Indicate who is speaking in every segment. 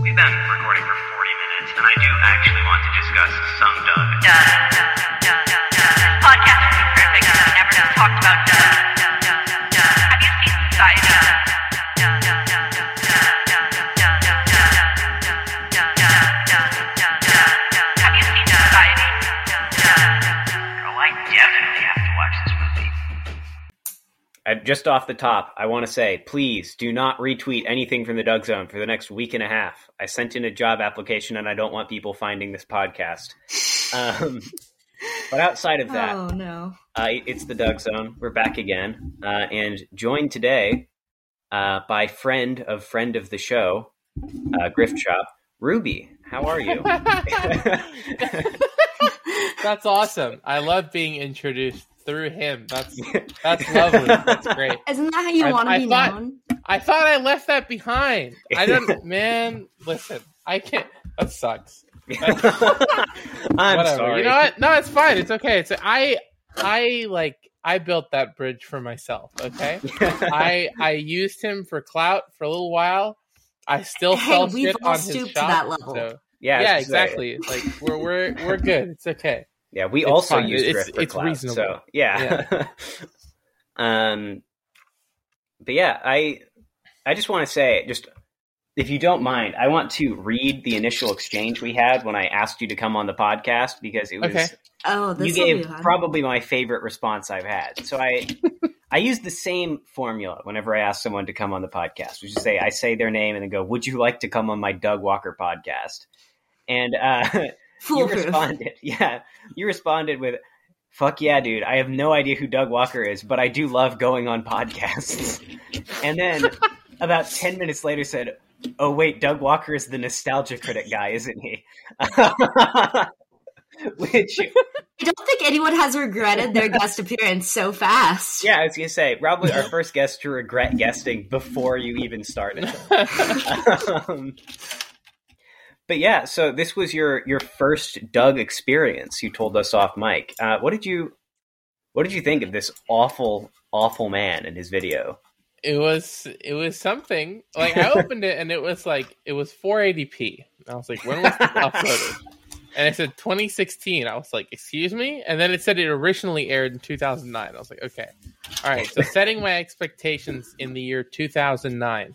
Speaker 1: We've been recording for 40 minutes, and I do actually want to discuss some dub.
Speaker 2: Podcast would be perfect if we never talked about dub. Have you seen Society? Have you seen Society?
Speaker 1: Girl, Oh, I definitely have to watch this movie.
Speaker 3: Uh, just off the top, I want to say, please do not retweet anything from the Doug Zone for the next week and a half. I sent in a job application, and I don't want people finding this podcast. Um, but outside of that,
Speaker 4: Oh no.
Speaker 3: uh, it's the Doug Zone. We're back again, uh, and joined today uh, by friend of friend of the show, uh, Grift Shop Ruby. How are you?
Speaker 5: That's awesome. I love being introduced through him. That's that's lovely. That's great.
Speaker 4: Isn't that how you
Speaker 5: I-
Speaker 4: want to
Speaker 5: I
Speaker 4: be
Speaker 5: thought-
Speaker 4: known?
Speaker 5: I thought I left that behind. I don't man, listen. I can't that sucks.
Speaker 3: I'm
Speaker 5: Whatever.
Speaker 3: sorry.
Speaker 5: You know what? No, it's fine. It's okay. It's I I like I built that bridge for myself, okay? I I used him for clout for a little while. I still
Speaker 4: Hey,
Speaker 5: fell
Speaker 4: we've
Speaker 5: shit
Speaker 4: all
Speaker 5: on his
Speaker 4: stooped to
Speaker 5: shop,
Speaker 4: that level.
Speaker 5: so-
Speaker 3: yeah, I was
Speaker 5: yeah,
Speaker 3: gonna say,
Speaker 5: exactly. Like we're we're we're good. It's okay.
Speaker 3: Yeah, we
Speaker 5: It's
Speaker 3: also
Speaker 5: fine.
Speaker 3: use
Speaker 5: It's-
Speaker 3: Grift for
Speaker 5: it's
Speaker 3: clout,
Speaker 5: reasonable.
Speaker 3: So yeah. um, but yeah, I I just want to say, just if you don't mind, I want to read the initial exchange we had when I asked you to come on the podcast because it was
Speaker 5: Okay.
Speaker 4: Oh,
Speaker 3: you
Speaker 4: this will be
Speaker 3: gave
Speaker 4: fun.
Speaker 3: probably my favorite response I've had. So I I use the same formula whenever I ask someone to come on the podcast, which is say I say their name and then go, "Would you like to come on my Doug Walker podcast?" And uh, you
Speaker 4: foolproof.
Speaker 3: responded. Yeah, you responded with, "Fuck yeah, dude! I have no idea who Doug Walker is, but I do love going on podcasts." and then about ten minutes later, said, "Oh wait, Doug Walker is the nostalgia critic guy, isn't he?" Which,
Speaker 4: I don't think anyone has regretted their guest appearance so fast.
Speaker 3: yeah, I was gonna say, probably our first guest to regret guesting before you even started. um, but yeah, so this was your your first Doug experience. You told us off mic. Uh, what did you What did you think of this awful awful man and his video?
Speaker 5: it was it was something like i opened it and it was like it was 480p i was like when was this uploaded and it said 2016 i was like excuse me and then it said it originally aired in 2009 i was like okay all right so setting my expectations in the year 2009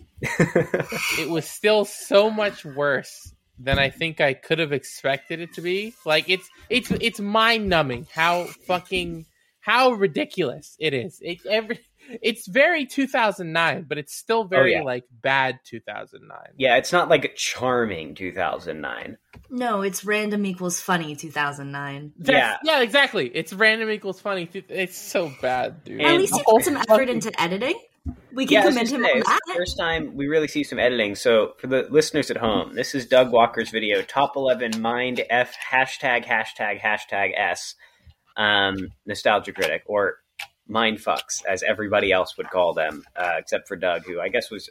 Speaker 5: it was still so much worse than i think i could have expected it to be like it's it's it's mind numbing how fucking how ridiculous it is it every it's very 2009 but it's still very
Speaker 3: yeah.
Speaker 5: like bad 2009
Speaker 3: Yeah, it's not like charming 2009.
Speaker 4: No, it's random equals funny 2009.
Speaker 5: That's- yeah exactly it's random equals funny th- it's so bad dude
Speaker 3: And-
Speaker 4: At least he
Speaker 5: Oh,
Speaker 4: put some effort
Speaker 5: fucking-
Speaker 4: into editing. We
Speaker 3: Yeah,
Speaker 4: can
Speaker 3: I was
Speaker 4: commend
Speaker 3: gonna
Speaker 4: him
Speaker 3: say,
Speaker 4: on
Speaker 3: it's the
Speaker 4: that.
Speaker 3: first time we really see some editing. So for the listeners at home, this is Doug Walker's video, top eleven mind f hashtag hashtag hashtag s, um, nostalgia critic or mind fucks as everybody else would call them, uh, except for Doug, who I guess was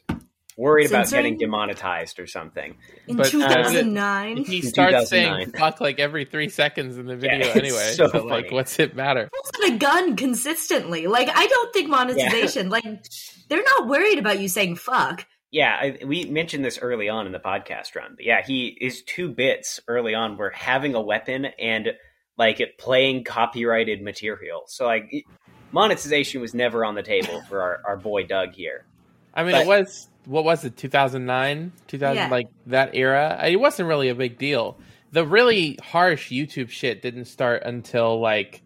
Speaker 3: worried about
Speaker 4: Censoring?
Speaker 3: getting demonetized or something.
Speaker 4: In
Speaker 5: But, uh,
Speaker 4: 2009.
Speaker 5: he
Speaker 3: in
Speaker 5: starts
Speaker 3: 2009.
Speaker 5: saying fuck like every three seconds in the
Speaker 3: Yeah,
Speaker 5: video
Speaker 3: it's
Speaker 5: anyway
Speaker 3: so
Speaker 5: so, like
Speaker 3: funny.
Speaker 5: what's it matter
Speaker 4: It's a gun consistently. Like, I don't think monetization, like, they're not worried about you saying fuck.
Speaker 3: Yeah, I, we mentioned this early on in the podcast run, but yeah, he his two bits early on were having a weapon and like it playing copyrighted material. So like it- monetization was never on the table for our, our boy Doug here.
Speaker 5: I mean,
Speaker 3: But-
Speaker 5: it was what was it? Two thousand nine, two thousand
Speaker 4: Yeah.
Speaker 5: like that era. It wasn't really a big deal. The really harsh YouTube shit didn't start until like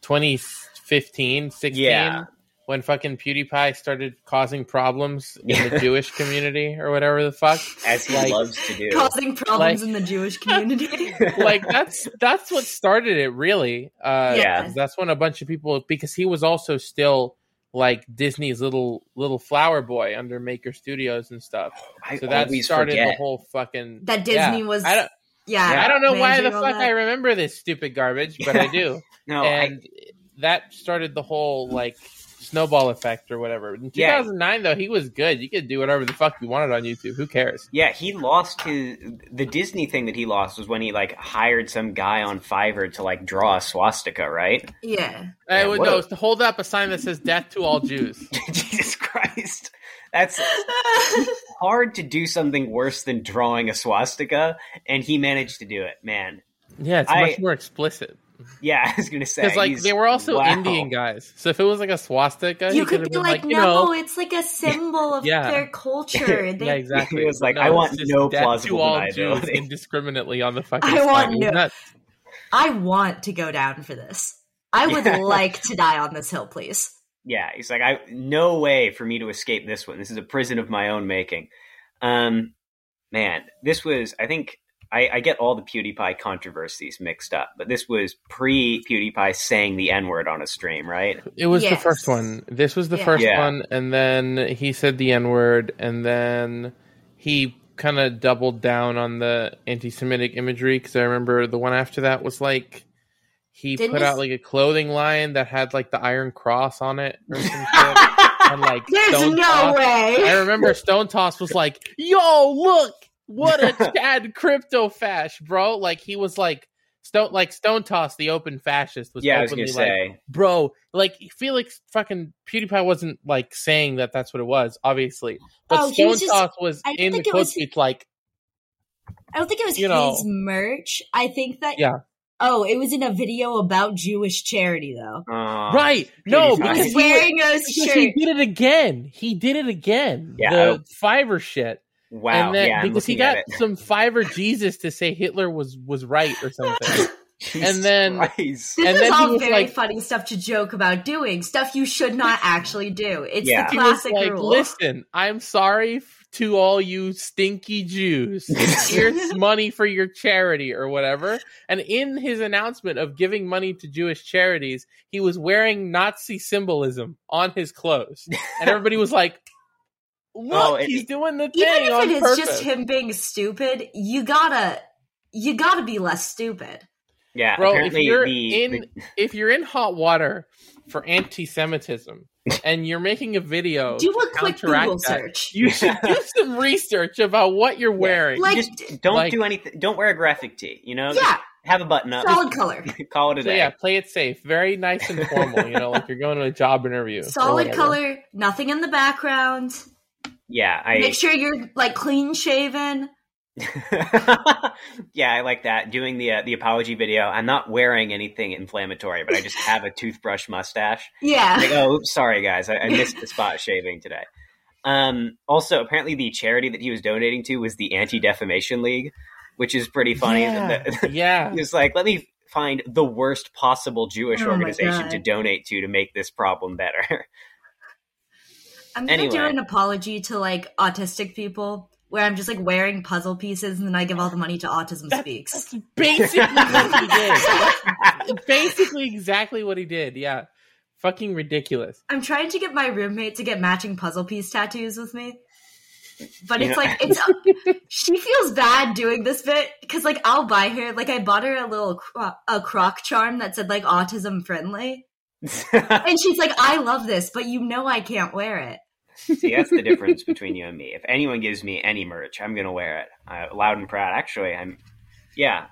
Speaker 5: 2015, 16,
Speaker 3: Yeah.
Speaker 5: when fucking PewDiePie started causing problems
Speaker 3: Yeah.
Speaker 5: in the Jewish community or whatever the fuck.
Speaker 3: As he
Speaker 5: Like-
Speaker 3: loves to do.
Speaker 4: Causing problems
Speaker 5: Like-
Speaker 4: in the Jewish community.
Speaker 5: like that's that's what started it really uh
Speaker 3: Yeah.
Speaker 5: that's when a bunch of people because he was also still like disney's little little flower boy under maker studios and stuff
Speaker 3: I
Speaker 5: so that
Speaker 3: always
Speaker 5: started the
Speaker 3: forget.
Speaker 5: whole fucking
Speaker 4: That Disney
Speaker 5: yeah.
Speaker 4: was-
Speaker 5: I don't,
Speaker 4: yeah.
Speaker 5: I don't know why the
Speaker 4: managing all
Speaker 5: fuck
Speaker 4: that.
Speaker 5: I remember this stupid garbage, but I do.
Speaker 3: no, I-
Speaker 5: and that started the whole like snowball effect or whatever. In
Speaker 3: Yeah.
Speaker 5: 2009 though, he was good. You could do whatever the fuck you wanted on YouTube. Who cares?
Speaker 3: Yeah, he lost his the Disney thing that he lost was when he like hired some guy on Fiverr to like draw a swastika, right?
Speaker 4: Yeah.
Speaker 3: Yeah,
Speaker 5: I would
Speaker 3: what
Speaker 5: know
Speaker 3: a-
Speaker 5: it's to hold up a sign that says "Death to all Jews."
Speaker 3: Jesus Christ. That's hard to do something worse than drawing a swastika, and he managed to do it, man.
Speaker 5: Yeah, it's
Speaker 3: I-
Speaker 5: much more explicit.
Speaker 3: Yeah, I was gonna say
Speaker 5: Because like
Speaker 3: he's-
Speaker 5: they were also
Speaker 3: wow.
Speaker 5: Indian guys, so if it was like a swastika, he
Speaker 4: you could
Speaker 5: could've
Speaker 4: be
Speaker 5: been
Speaker 4: like,
Speaker 5: you
Speaker 4: no,
Speaker 5: know,
Speaker 4: it's like a symbol of
Speaker 5: Yeah.
Speaker 4: their culture. They,
Speaker 5: yeah, exactly.
Speaker 3: He was
Speaker 5: But
Speaker 3: like, "I want
Speaker 5: it's just
Speaker 3: no
Speaker 5: death to
Speaker 3: plausible
Speaker 5: all
Speaker 3: deniability."
Speaker 5: Jews indiscriminately on the fucking.
Speaker 4: I
Speaker 5: slide.
Speaker 4: want
Speaker 5: It was
Speaker 4: no-
Speaker 5: nuts.
Speaker 4: I want to go down for this. I would
Speaker 3: Yeah.
Speaker 4: like to die on this hill, please.
Speaker 3: Yeah, he's like, I no way for me to escape this one. This is a prison of my own making. Um, man, this was. I think I, I get all the PewDiePie controversies mixed up, but this was pre PewDiePie saying the N word on a stream, right?
Speaker 5: It was the
Speaker 4: Yes.
Speaker 5: first one. This was the
Speaker 4: Yeah.
Speaker 5: first
Speaker 3: Yeah.
Speaker 5: one, and then he said the N word, and then he kind of doubled down on the anti-Semitic imagery because I remember the one after that was like he
Speaker 4: Didn't
Speaker 5: put
Speaker 4: this-
Speaker 5: out like a clothing line that had like the Iron Cross on it or some shit, and like
Speaker 4: There's
Speaker 5: Stone
Speaker 4: no
Speaker 5: Toss. I
Speaker 4: way.
Speaker 5: remember Stone Toss was like, "Yo, look, what a Chad crypto fash, bro!" Like he was like Stone, like Stone Toss, the open fascist was
Speaker 3: yeah, I was
Speaker 5: openly
Speaker 3: gonna
Speaker 5: like,
Speaker 3: say.
Speaker 5: bro like felix fucking pewdiepie wasn't like saying that that's what it was obviously but
Speaker 4: Oh, he
Speaker 5: stone
Speaker 4: was just-
Speaker 5: sauce was
Speaker 4: I don't
Speaker 5: in the
Speaker 4: think it
Speaker 5: quote
Speaker 4: was-
Speaker 5: tweets like
Speaker 4: I don't think it was
Speaker 5: You know.
Speaker 4: his merch. I think that.
Speaker 5: Yeah.
Speaker 4: Oh, it was in a video about Jewish charity, though.
Speaker 3: Uh,
Speaker 5: right
Speaker 3: PewDiePie.
Speaker 5: no because
Speaker 4: He's
Speaker 5: he,
Speaker 4: wearing a
Speaker 5: because he
Speaker 4: shirt.
Speaker 5: did it again he did it again
Speaker 3: Yeah, I-
Speaker 5: the fiverr shit
Speaker 3: Wow.
Speaker 5: and then
Speaker 3: yeah, I'm
Speaker 5: because he
Speaker 3: looking at
Speaker 5: got
Speaker 3: it.
Speaker 5: some fiverr jesus to say hitler was was right or something
Speaker 3: Jesus
Speaker 5: then-
Speaker 3: Christ.
Speaker 4: This
Speaker 5: And
Speaker 4: is
Speaker 5: then he
Speaker 4: all
Speaker 5: was
Speaker 4: very
Speaker 5: like-
Speaker 4: funny stuff to joke about doing, stuff you should not actually do. It's
Speaker 3: Yeah.
Speaker 4: the
Speaker 5: he was
Speaker 4: classic
Speaker 5: like
Speaker 4: rule.
Speaker 5: listen i'm sorry f- to all you stinky jews here's money for your charity or whatever and in his announcement of giving money to jewish charities he was wearing nazi symbolism on his clothes and everybody was like look
Speaker 3: Oh, it-
Speaker 5: he's doing the
Speaker 4: Even
Speaker 5: thing
Speaker 4: if
Speaker 5: on
Speaker 4: it is
Speaker 5: purpose
Speaker 4: just him being stupid, you gotta you gotta be less stupid.
Speaker 3: yeah,
Speaker 5: Bro, if
Speaker 3: apparently
Speaker 5: you're
Speaker 3: the,
Speaker 5: in-
Speaker 3: the-
Speaker 5: if you're in hot water for anti-semitism and you're making a video
Speaker 4: Do
Speaker 5: to
Speaker 4: a quick
Speaker 5: counteract
Speaker 4: Google
Speaker 5: that,
Speaker 4: search.
Speaker 5: you should do some research about what you're wearing
Speaker 4: Like
Speaker 3: just don't
Speaker 5: like-
Speaker 3: do anything. Don't wear a graphic tee. You know, Just
Speaker 4: yeah,
Speaker 3: have a button up.
Speaker 4: solid color.
Speaker 3: Just call it a
Speaker 5: So
Speaker 3: day.
Speaker 5: yeah, play it safe. Very nice and formal, you know, like you're going to a job interview. or
Speaker 4: Solid
Speaker 5: whatever.
Speaker 4: color, nothing in the background.
Speaker 3: Yeah, I
Speaker 4: Make sure you're like clean shaven.
Speaker 3: yeah, I like that. Doing the uh, the apology video. I'm not wearing anything inflammatory, but I just have a toothbrush mustache. Like,
Speaker 5: uh,
Speaker 4: Yeah.
Speaker 3: oh, oops, sorry guys, I, I missed the spot shaving today. Um, also, apparently, the charity that he was donating to was the Anti Defamation League, which is pretty funny.
Speaker 5: Yeah.
Speaker 3: That- that-
Speaker 5: yeah.
Speaker 3: he was like, let me find the worst possible Jewish
Speaker 4: Oh my
Speaker 3: organization to
Speaker 4: God.
Speaker 3: donate to to make this problem better.
Speaker 4: I'm gonna do
Speaker 3: anyway.
Speaker 4: an apology to like autistic people where I'm just like wearing puzzle pieces and then I give all the money to Autism Speaks.
Speaker 5: Basically what he did. Basically exactly what he did. Yeah. Fucking ridiculous.
Speaker 4: I'm trying to get my roommate to get matching puzzle piece tattoos with me. But
Speaker 3: You
Speaker 4: it's
Speaker 3: know-
Speaker 4: like it's she feels bad doing this bit cuz like I'll buy her like I bought her a little cro- a croc charm that said like autism friendly and she's like I love this but you know I can't wear it.
Speaker 3: See, that's the difference between you and me. If anyone gives me any merch, I'm going to wear it uh, loud and proud. Actually, I'm. Yeah,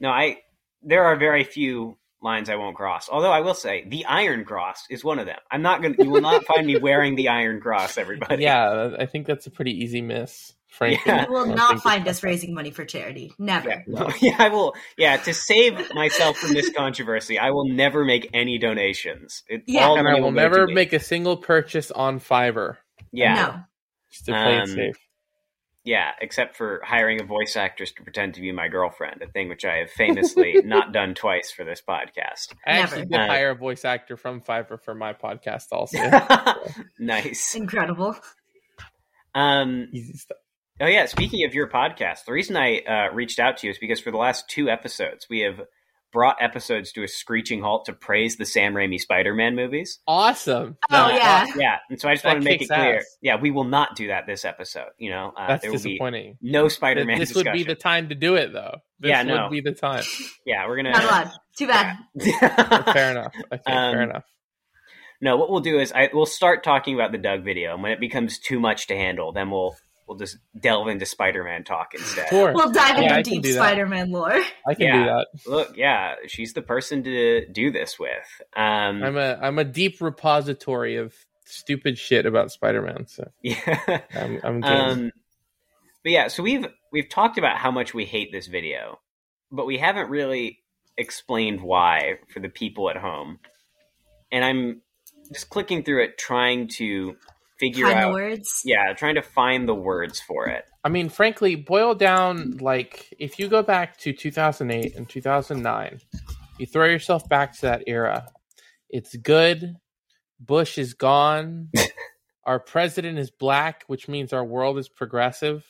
Speaker 3: no, I. There are very few lines I won't cross. Although I will say the Iron Cross is one of them. I'm not going. to You will not find me wearing the Iron Cross, everybody.
Speaker 5: Yeah, I think that's a pretty easy miss, frankly.
Speaker 3: Yeah.
Speaker 4: You will
Speaker 5: I
Speaker 4: not
Speaker 5: think
Speaker 4: find us raising money for charity. Never.
Speaker 3: Yeah, yeah, I will. Yeah, to save myself from this controversy, I will never make any donations. It,
Speaker 4: Yeah.
Speaker 3: all
Speaker 5: it's- and I
Speaker 3: money
Speaker 5: will
Speaker 3: go to
Speaker 5: never
Speaker 3: me.
Speaker 5: make a single purchase on Fiverr.
Speaker 3: Yeah,
Speaker 4: No.
Speaker 5: Just to play
Speaker 3: Um,
Speaker 5: it safe.
Speaker 3: Yeah, except for hiring a voice actress to pretend to be my girlfriend, a thing which I have famously not done twice for this podcast.
Speaker 5: I
Speaker 4: never.
Speaker 5: actually did
Speaker 3: Uh,
Speaker 5: hire a voice actor from Fiverr for my podcast also.
Speaker 3: nice.
Speaker 4: Incredible.
Speaker 3: Um,
Speaker 5: Easy stuff.
Speaker 3: oh yeah, speaking of your podcast, the reason I uh, reached out to you is because for the last two episodes, we have brought episodes to a screeching halt to praise the Sam Raimi Spider-Man movies.
Speaker 5: Awesome.
Speaker 4: Oh
Speaker 3: No,
Speaker 4: yeah.
Speaker 3: Yeah, and so I just
Speaker 5: That
Speaker 3: want to make it
Speaker 5: kicks
Speaker 3: clear.
Speaker 5: ass.
Speaker 3: Yeah, we will not do that this episode. You know, uh,
Speaker 5: That's
Speaker 3: there will be
Speaker 5: disappointing.
Speaker 3: no
Speaker 5: Th-
Speaker 3: Spider-Man
Speaker 5: this
Speaker 3: discussion.
Speaker 5: would be the time to do it though. This
Speaker 3: Yeah,
Speaker 5: would
Speaker 3: no.
Speaker 5: be the time.
Speaker 3: yeah, we're
Speaker 4: Not
Speaker 3: gonna.
Speaker 4: allowed. Too bad.
Speaker 5: Fair enough. I think fair
Speaker 3: Um,
Speaker 5: enough.
Speaker 3: No, what we'll do is I we'll start talking about the Doug video, and when it becomes too much to handle, then we'll we'll just delve into Spider-Man talk instead.
Speaker 5: Sure.
Speaker 4: We'll dive
Speaker 5: Yeah, I can
Speaker 4: into deep
Speaker 5: do that.
Speaker 4: Spider-Man lore.
Speaker 5: I can
Speaker 3: yeah.
Speaker 5: do that.
Speaker 3: Look, yeah, she's the person to do this with. Um,
Speaker 5: I'm a I'm a deep repository of stupid shit about Spider-Man. So
Speaker 3: Yeah.
Speaker 5: I'm, I'm doing
Speaker 3: um, but yeah, so we've we've talked about how much we hate this video, but we haven't really explained why for the people at home. And I'm just clicking through it, trying to figure
Speaker 4: Find the
Speaker 3: out.
Speaker 4: words.
Speaker 3: Yeah, trying to find the words for it.
Speaker 5: I mean, frankly, boil down like if you go back to 2008 and 2009, you throw yourself back to that era. It's good. Bush is gone. our president is black, which means our world is progressive.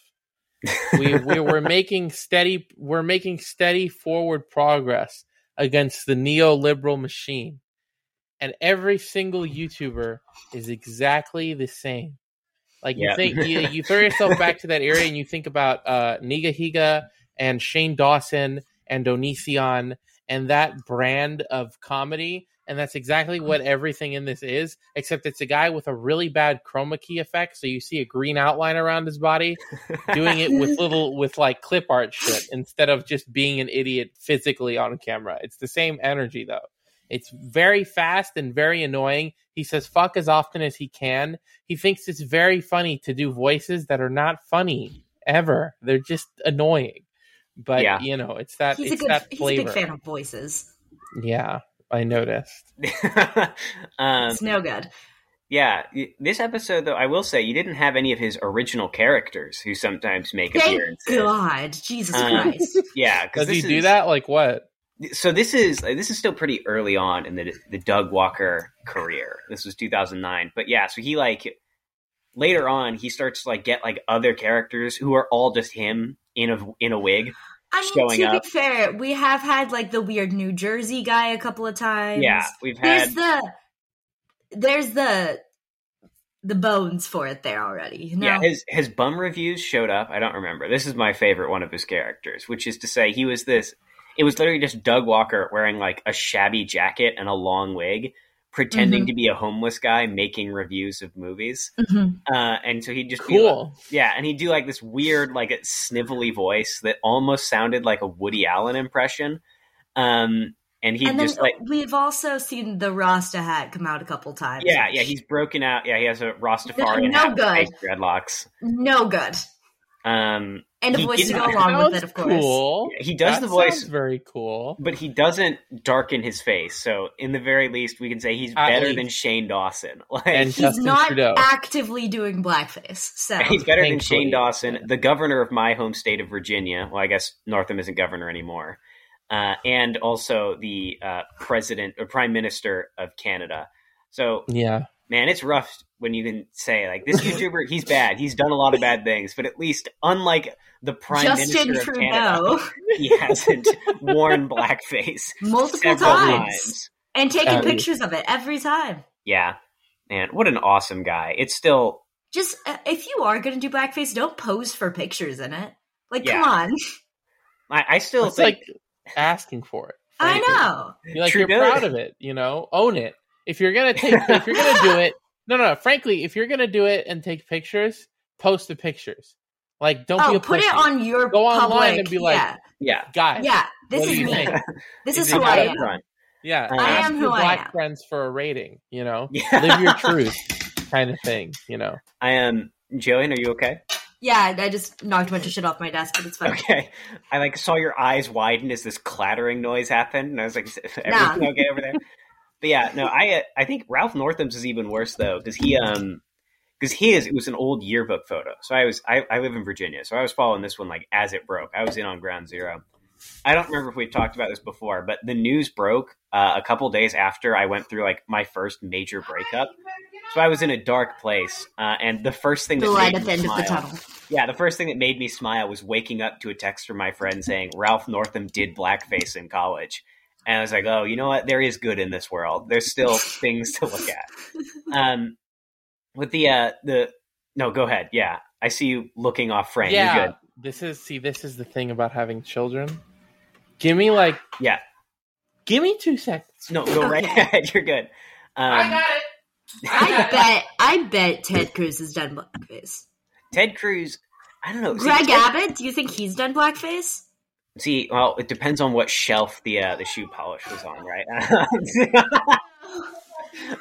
Speaker 5: We, we we're making steady we're making steady forward progress against the neoliberal machine. And every single YouTuber is exactly the same. Like
Speaker 3: Yeah.
Speaker 5: you think you, you throw yourself back to that area and you think about uh Niga Higa and Shane Dawson and Onision and that brand of comedy and that's exactly what everything in this is except it's a guy with a really bad chroma key effect so you see a green outline around his body doing it with little with like clip art shit instead of just being an idiot physically on camera. It's the same energy though. It's very fast and very annoying. He says fuck as often as he can. He thinks it's very funny to do voices that are not funny ever. They're just annoying. But
Speaker 3: Yeah.
Speaker 5: you know, it's that
Speaker 4: He's a
Speaker 5: it's
Speaker 4: good
Speaker 5: that
Speaker 4: he's a
Speaker 5: flavor.
Speaker 4: big fan of voices.
Speaker 5: Yeah, I noticed.
Speaker 3: um,
Speaker 4: It's no good.
Speaker 3: yeah, y- this episode though, I will say you didn't have any of his original characters who sometimes make
Speaker 4: Thank
Speaker 3: appearances.
Speaker 4: God. Jesus
Speaker 3: Um,
Speaker 4: Christ.
Speaker 3: Yeah, because
Speaker 5: Does he do that? Like what?
Speaker 3: so this is this is still pretty early on in the the Doug Walker career. This was 2009, but yeah, so he like later on he starts to like get like other characters who are all just him in a in a wig.
Speaker 4: I mean,
Speaker 3: showing
Speaker 4: to
Speaker 3: up.
Speaker 4: be fair, we have had like the weird New Jersey guy a couple of times.
Speaker 3: Yeah, we've had
Speaker 4: There's the there's the the bones for it there already. You know?
Speaker 3: yeah his his bum reviews showed up. I don't remember. This is my favorite one of his characters, which is to say he was this. It was literally just Doug Walker wearing like a shabby jacket and a long wig, pretending
Speaker 4: Mm-hmm.
Speaker 3: to be a homeless guy making reviews of movies.
Speaker 4: Mhm.
Speaker 3: Uh, and so he'd just be like,
Speaker 5: Cool.
Speaker 3: Yeah, and he'd do like this weird, like snivelly voice that almost sounded like a Woody Allen impression. Um, and he
Speaker 4: and then
Speaker 3: just like,
Speaker 4: we've also seen the Rasta hat come out a couple times.
Speaker 3: yeah, yeah, he's broken out. Yeah, he has a Rastafarian
Speaker 4: No
Speaker 3: hat with
Speaker 4: good.
Speaker 3: nice dreadlocks.
Speaker 4: no good.
Speaker 3: Um,
Speaker 4: And a
Speaker 3: He
Speaker 4: voice to
Speaker 3: didn't-
Speaker 4: go along with
Speaker 5: Sounds
Speaker 4: it, of course.
Speaker 5: Cool.
Speaker 3: he does
Speaker 5: That
Speaker 3: the voice,
Speaker 5: sounds very cool.
Speaker 3: but he doesn't darken his face. So, in the very least, we can say he's
Speaker 5: At
Speaker 3: better
Speaker 5: least.
Speaker 3: than Shane Dawson. Like,
Speaker 5: And
Speaker 4: He's
Speaker 5: Justin
Speaker 4: not
Speaker 5: Trudeau.
Speaker 4: actively doing blackface. So
Speaker 3: he's better than
Speaker 5: Thankfully.
Speaker 3: Shane Dawson, the governor of my home state of Virginia. Well, I guess Northam isn't governor anymore, uh, and also the uh, president or prime minister of Canada. So,
Speaker 5: Yeah.
Speaker 3: man, it's rough when you can say like this YouTuber, he's bad. He's done a lot of bad things, but at least unlike the prime
Speaker 4: Justin
Speaker 3: minister of Canada,
Speaker 4: Trudeau
Speaker 3: he hasn't worn blackface
Speaker 4: multiple
Speaker 3: several
Speaker 4: times.
Speaker 3: times.
Speaker 4: And taking
Speaker 5: Um,
Speaker 4: pictures of it every time.
Speaker 3: Yeah, man, what an awesome guy. It's still
Speaker 4: Just uh, if you are going to do blackface, don't pose for pictures in it. Like,
Speaker 3: Yeah.
Speaker 4: come on.
Speaker 3: I, I still
Speaker 5: It's
Speaker 3: think
Speaker 5: like asking for it.
Speaker 4: I
Speaker 5: frankly.
Speaker 4: know.
Speaker 5: You're like
Speaker 3: Trudeau-
Speaker 5: you're proud of it, you know. Own it. If you're gonna take, if you're gonna do it, no, no, no. Frankly, if you're gonna do it and take pictures, post the pictures. Like, don't be
Speaker 4: Oh,
Speaker 5: a
Speaker 4: put it
Speaker 5: pussy.
Speaker 4: on your
Speaker 5: Go online
Speaker 4: public.
Speaker 5: and be like,
Speaker 4: yeah,
Speaker 3: yeah.
Speaker 5: guys.
Speaker 4: yeah. This
Speaker 5: what
Speaker 4: is
Speaker 5: do you
Speaker 4: me.
Speaker 5: think?
Speaker 4: This
Speaker 5: Is
Speaker 4: is
Speaker 5: it
Speaker 4: who I
Speaker 5: better?
Speaker 4: am.
Speaker 3: Upfront.
Speaker 5: Yeah,
Speaker 3: I
Speaker 5: ask
Speaker 4: am
Speaker 5: your
Speaker 4: who I
Speaker 5: black
Speaker 4: am.
Speaker 5: friends for a rating. You know,
Speaker 3: Yeah.
Speaker 5: live your truth, kind of thing. You know,
Speaker 3: I am Jillian. Are you okay?
Speaker 4: Yeah, I just knocked a bunch of shit off my desk, but it's fine.
Speaker 3: Okay. I like saw your eyes widen as this clattering noise happened, and I was like, "Is everything okay over there?" But yeah, no, I uh, I think Ralph Northam's is even worse though because he um because his it was an old yearbook photo. So I was I, I live in Virginia, so I was following this one like as it broke. I was in on ground zero. I don't remember if we talked about this before, but the news broke uh, a couple days after I went through like my first major breakup. So I was in a dark place, uh, and the first thing
Speaker 4: The
Speaker 3: that
Speaker 4: light
Speaker 3: made
Speaker 4: at the
Speaker 3: me
Speaker 4: end of the
Speaker 3: smile-
Speaker 4: tunnel.
Speaker 3: yeah, the first thing that made me smile was waking up to a text from my friend saying Ralph Northam did blackface in college. And I was like, oh, you know what? There is good in this world. There's still things to look at. Um, with the, uh, the, no, go ahead. Yeah. I see you looking off frame. You're
Speaker 5: yeah.
Speaker 3: good.
Speaker 5: This is see, this is the thing about having children. Give me like,
Speaker 3: Yeah.
Speaker 5: give me two seconds.
Speaker 3: No, go right
Speaker 4: Okay.
Speaker 3: ahead. You're good. Um,
Speaker 4: I bet. I bet Ted Cruz has done blackface.
Speaker 3: Ted Cruz, I don't know. See,
Speaker 4: Greg
Speaker 3: Ted-
Speaker 4: Abbott, do you think he's done blackface?
Speaker 3: See, well, it depends on what shelf the, uh, the shoe polish was on, right?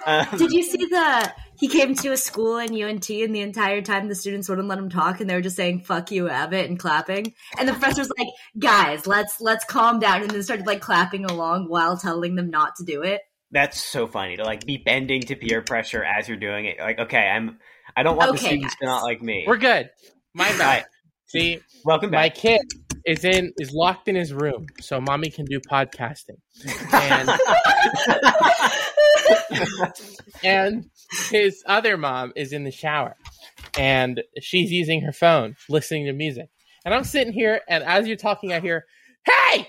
Speaker 3: Um,
Speaker 4: Did you see the he came to a school in UNT, and the entire time the students wouldn't let him talk, and they were just saying "fuck you, Abbott" and clapping. And the professor's like, "Guys, let's let's calm down," and then started like clapping along while telling them not to do it.
Speaker 3: That's so funny to like be bending to peer pressure as you're doing it. Like, okay, I'm. I don't want the
Speaker 4: Okay,
Speaker 3: students to
Speaker 4: guys.
Speaker 3: not like me.
Speaker 5: We're good. My
Speaker 3: Right.
Speaker 5: bad. See,
Speaker 3: Welcome
Speaker 5: my
Speaker 3: back.
Speaker 5: kid is in is locked in his room, so mommy can do podcasting. And and his other mom is in the shower and she's using her phone listening to music and i'm sitting here and as you're talking i hear hey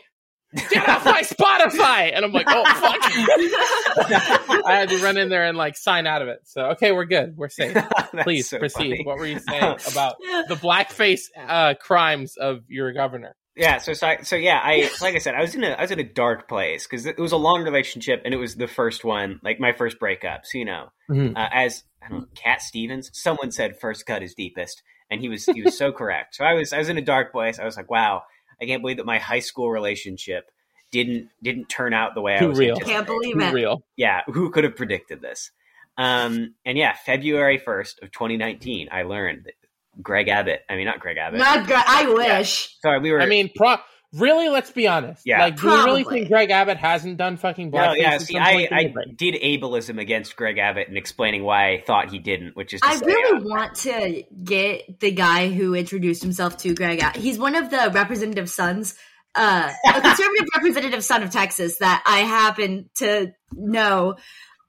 Speaker 5: get off my spotify and i'm like oh fuck i had to run in there and like sign out of it so okay we're good we're safe
Speaker 3: That's
Speaker 5: please
Speaker 3: so funny.
Speaker 5: proceed what were you saying about the blackface uh, crimes of your governor
Speaker 3: Yeah, so, so I- so yeah, I like I said, I was in a I was in a dark place because it was a long relationship and it was the first one, like my first breakup. So you know,
Speaker 5: Mhm.
Speaker 3: uh, as I don't know, Cat Stevens, someone said first cut is deepest, and he was he was so correct. So I was I was in a dark place. I was like, wow, I can't believe that my high school relationship didn't didn't turn out the way
Speaker 5: Too
Speaker 3: I was.
Speaker 5: real.
Speaker 3: anticipating.
Speaker 4: Can't believe
Speaker 5: Too
Speaker 4: it.
Speaker 5: real
Speaker 3: Yeah, who could have predicted this? Um, and yeah, February first of 2019, I learned that Greg Abbott. I mean, not Greg Abbott.
Speaker 4: Not good. I wish.
Speaker 3: Sorry, we were.
Speaker 5: i mean pro Really, let's be honest.
Speaker 3: Yeah.
Speaker 5: like, do you really
Speaker 4: Probably.
Speaker 5: think Greg Abbott hasn't done fucking blackface?
Speaker 3: No, yeah.
Speaker 5: at
Speaker 3: See,
Speaker 5: some
Speaker 3: I,
Speaker 5: point in
Speaker 3: I
Speaker 5: his life?
Speaker 3: did ableism against Greg Abbott in explaining why I thought he didn't, which is to
Speaker 4: I
Speaker 3: say,
Speaker 4: really
Speaker 3: uh,
Speaker 4: want to get the guy who introduced himself to Greg. Ab- He's one of the representative sons, uh, a conservative representative son of Texas that I happen to know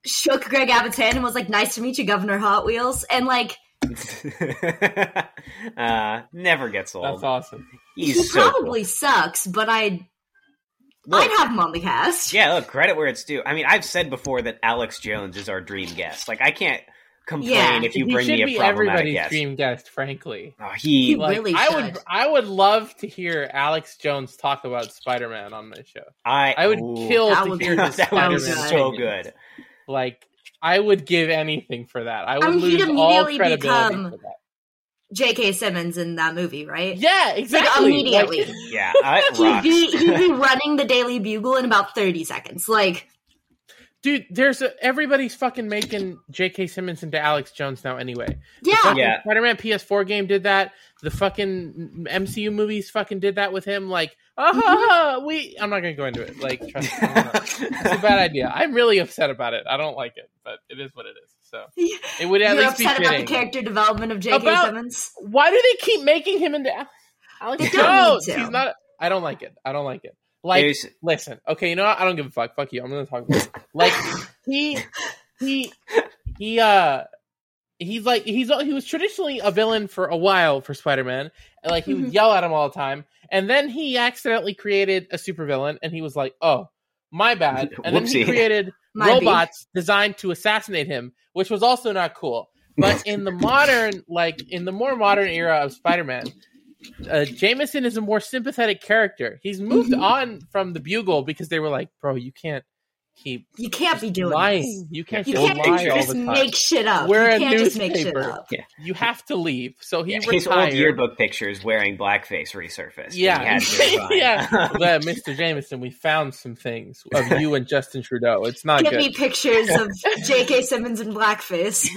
Speaker 4: shook Greg Abbott's hand and was like, "Nice to meet you, Governor Hot Wheels." And like,
Speaker 3: uh, never gets old.
Speaker 5: That's awesome.
Speaker 3: He's
Speaker 4: he
Speaker 3: so cool.
Speaker 4: probably sucks, but I
Speaker 3: Look,
Speaker 4: I'd have him on the cast.
Speaker 3: yeah, look, credit where it's due. I mean, I've said before that Alex Jones is our dream guest. Like, I can't complain
Speaker 4: Yeah,
Speaker 3: if you
Speaker 5: he
Speaker 3: bring
Speaker 5: should
Speaker 3: me
Speaker 5: be
Speaker 3: a problematic
Speaker 5: everybody's
Speaker 3: guest.
Speaker 5: dream guest, frankly.
Speaker 3: Oh, he,
Speaker 4: He-
Speaker 5: Like,
Speaker 4: really
Speaker 5: I would,
Speaker 4: should.
Speaker 5: I would love to hear Alex Jones talk about Spider Man on this show.
Speaker 3: I,
Speaker 5: I would
Speaker 3: ooh,
Speaker 5: kill
Speaker 4: That
Speaker 5: to
Speaker 4: would
Speaker 5: hear
Speaker 4: be-
Speaker 5: his
Speaker 3: That would
Speaker 5: Spider
Speaker 3: be
Speaker 5: Man.
Speaker 3: so
Speaker 4: Spider-Man
Speaker 3: good.
Speaker 5: Like, I would give anything for that. I would
Speaker 4: I mean, Um, he'd
Speaker 5: lose all
Speaker 4: immediately
Speaker 5: credibility
Speaker 4: become-
Speaker 5: for that.
Speaker 4: J.K. Simmons in that movie, right?
Speaker 5: Yeah, exactly. Like,
Speaker 4: immediately.
Speaker 3: Yeah, I,
Speaker 4: He'd
Speaker 3: rocks.
Speaker 4: be, he'd be running the Daily Bugle in about 30 seconds. Like,
Speaker 5: dude, there's a, everybody's fucking making J.K. Simmons into Alex Jones now. Anyway,
Speaker 4: yeah.
Speaker 3: Yeah.
Speaker 5: Spider Man PS4 game did that. The fucking MCU movies fucking did that with him. Like,
Speaker 4: Mm-hmm.
Speaker 5: oh, we. I'm not gonna go into it. Like, trust me. I'm not. it's a bad idea. I'm really upset about it. I don't like it, but it is what it is. So it would at
Speaker 4: You're
Speaker 5: least be
Speaker 4: upset about the
Speaker 5: fitting.
Speaker 4: character development of J.K.
Speaker 5: About-
Speaker 4: Simmons?
Speaker 5: Why do they keep making him into Al- Alex
Speaker 4: They don't
Speaker 5: Jones?
Speaker 4: need to.
Speaker 5: He's not. I don't like it. I don't like it. Like,
Speaker 3: There's-
Speaker 5: listen. Okay, you know what? I don't give a fuck. Fuck you. I'm gonna talk about it. Like, he, he, he. Uh, he's like he's he was traditionally a villain for a while for Spider-Man. And like he would yell at him all the time, and then he accidentally created a supervillain, and he was like, "Oh, my bad." And then he
Speaker 3: Whoopsie.
Speaker 5: created
Speaker 4: Might be.
Speaker 5: robots designed to assassinate him, which was also not cool. But in the modern, like in the more modern era of Spider-Man, uh, Jameson is a more sympathetic character. He's moved
Speaker 4: Mm-hmm.
Speaker 5: on from the Bugle because they were like, "Bro, you can't keep
Speaker 4: You can't be doing
Speaker 5: lying. You can't,
Speaker 4: this. You
Speaker 5: just
Speaker 4: can't
Speaker 5: lie all
Speaker 4: just
Speaker 5: the time.
Speaker 4: make shit up.
Speaker 5: We're
Speaker 4: you
Speaker 5: a
Speaker 4: can't just make shit
Speaker 5: newspaper.
Speaker 4: up.
Speaker 5: you have to leave." So he
Speaker 3: Yeah,
Speaker 5: retired.
Speaker 3: his old yearbook pictures wearing blackface resurfaced.
Speaker 5: Yeah,
Speaker 3: and he had to
Speaker 5: yeah.
Speaker 3: resign.
Speaker 5: But Mr. Jameson, we found some things of you and Justin Trudeau. It's not
Speaker 4: Give
Speaker 5: good.
Speaker 4: me pictures of J.K. Simmons in blackface.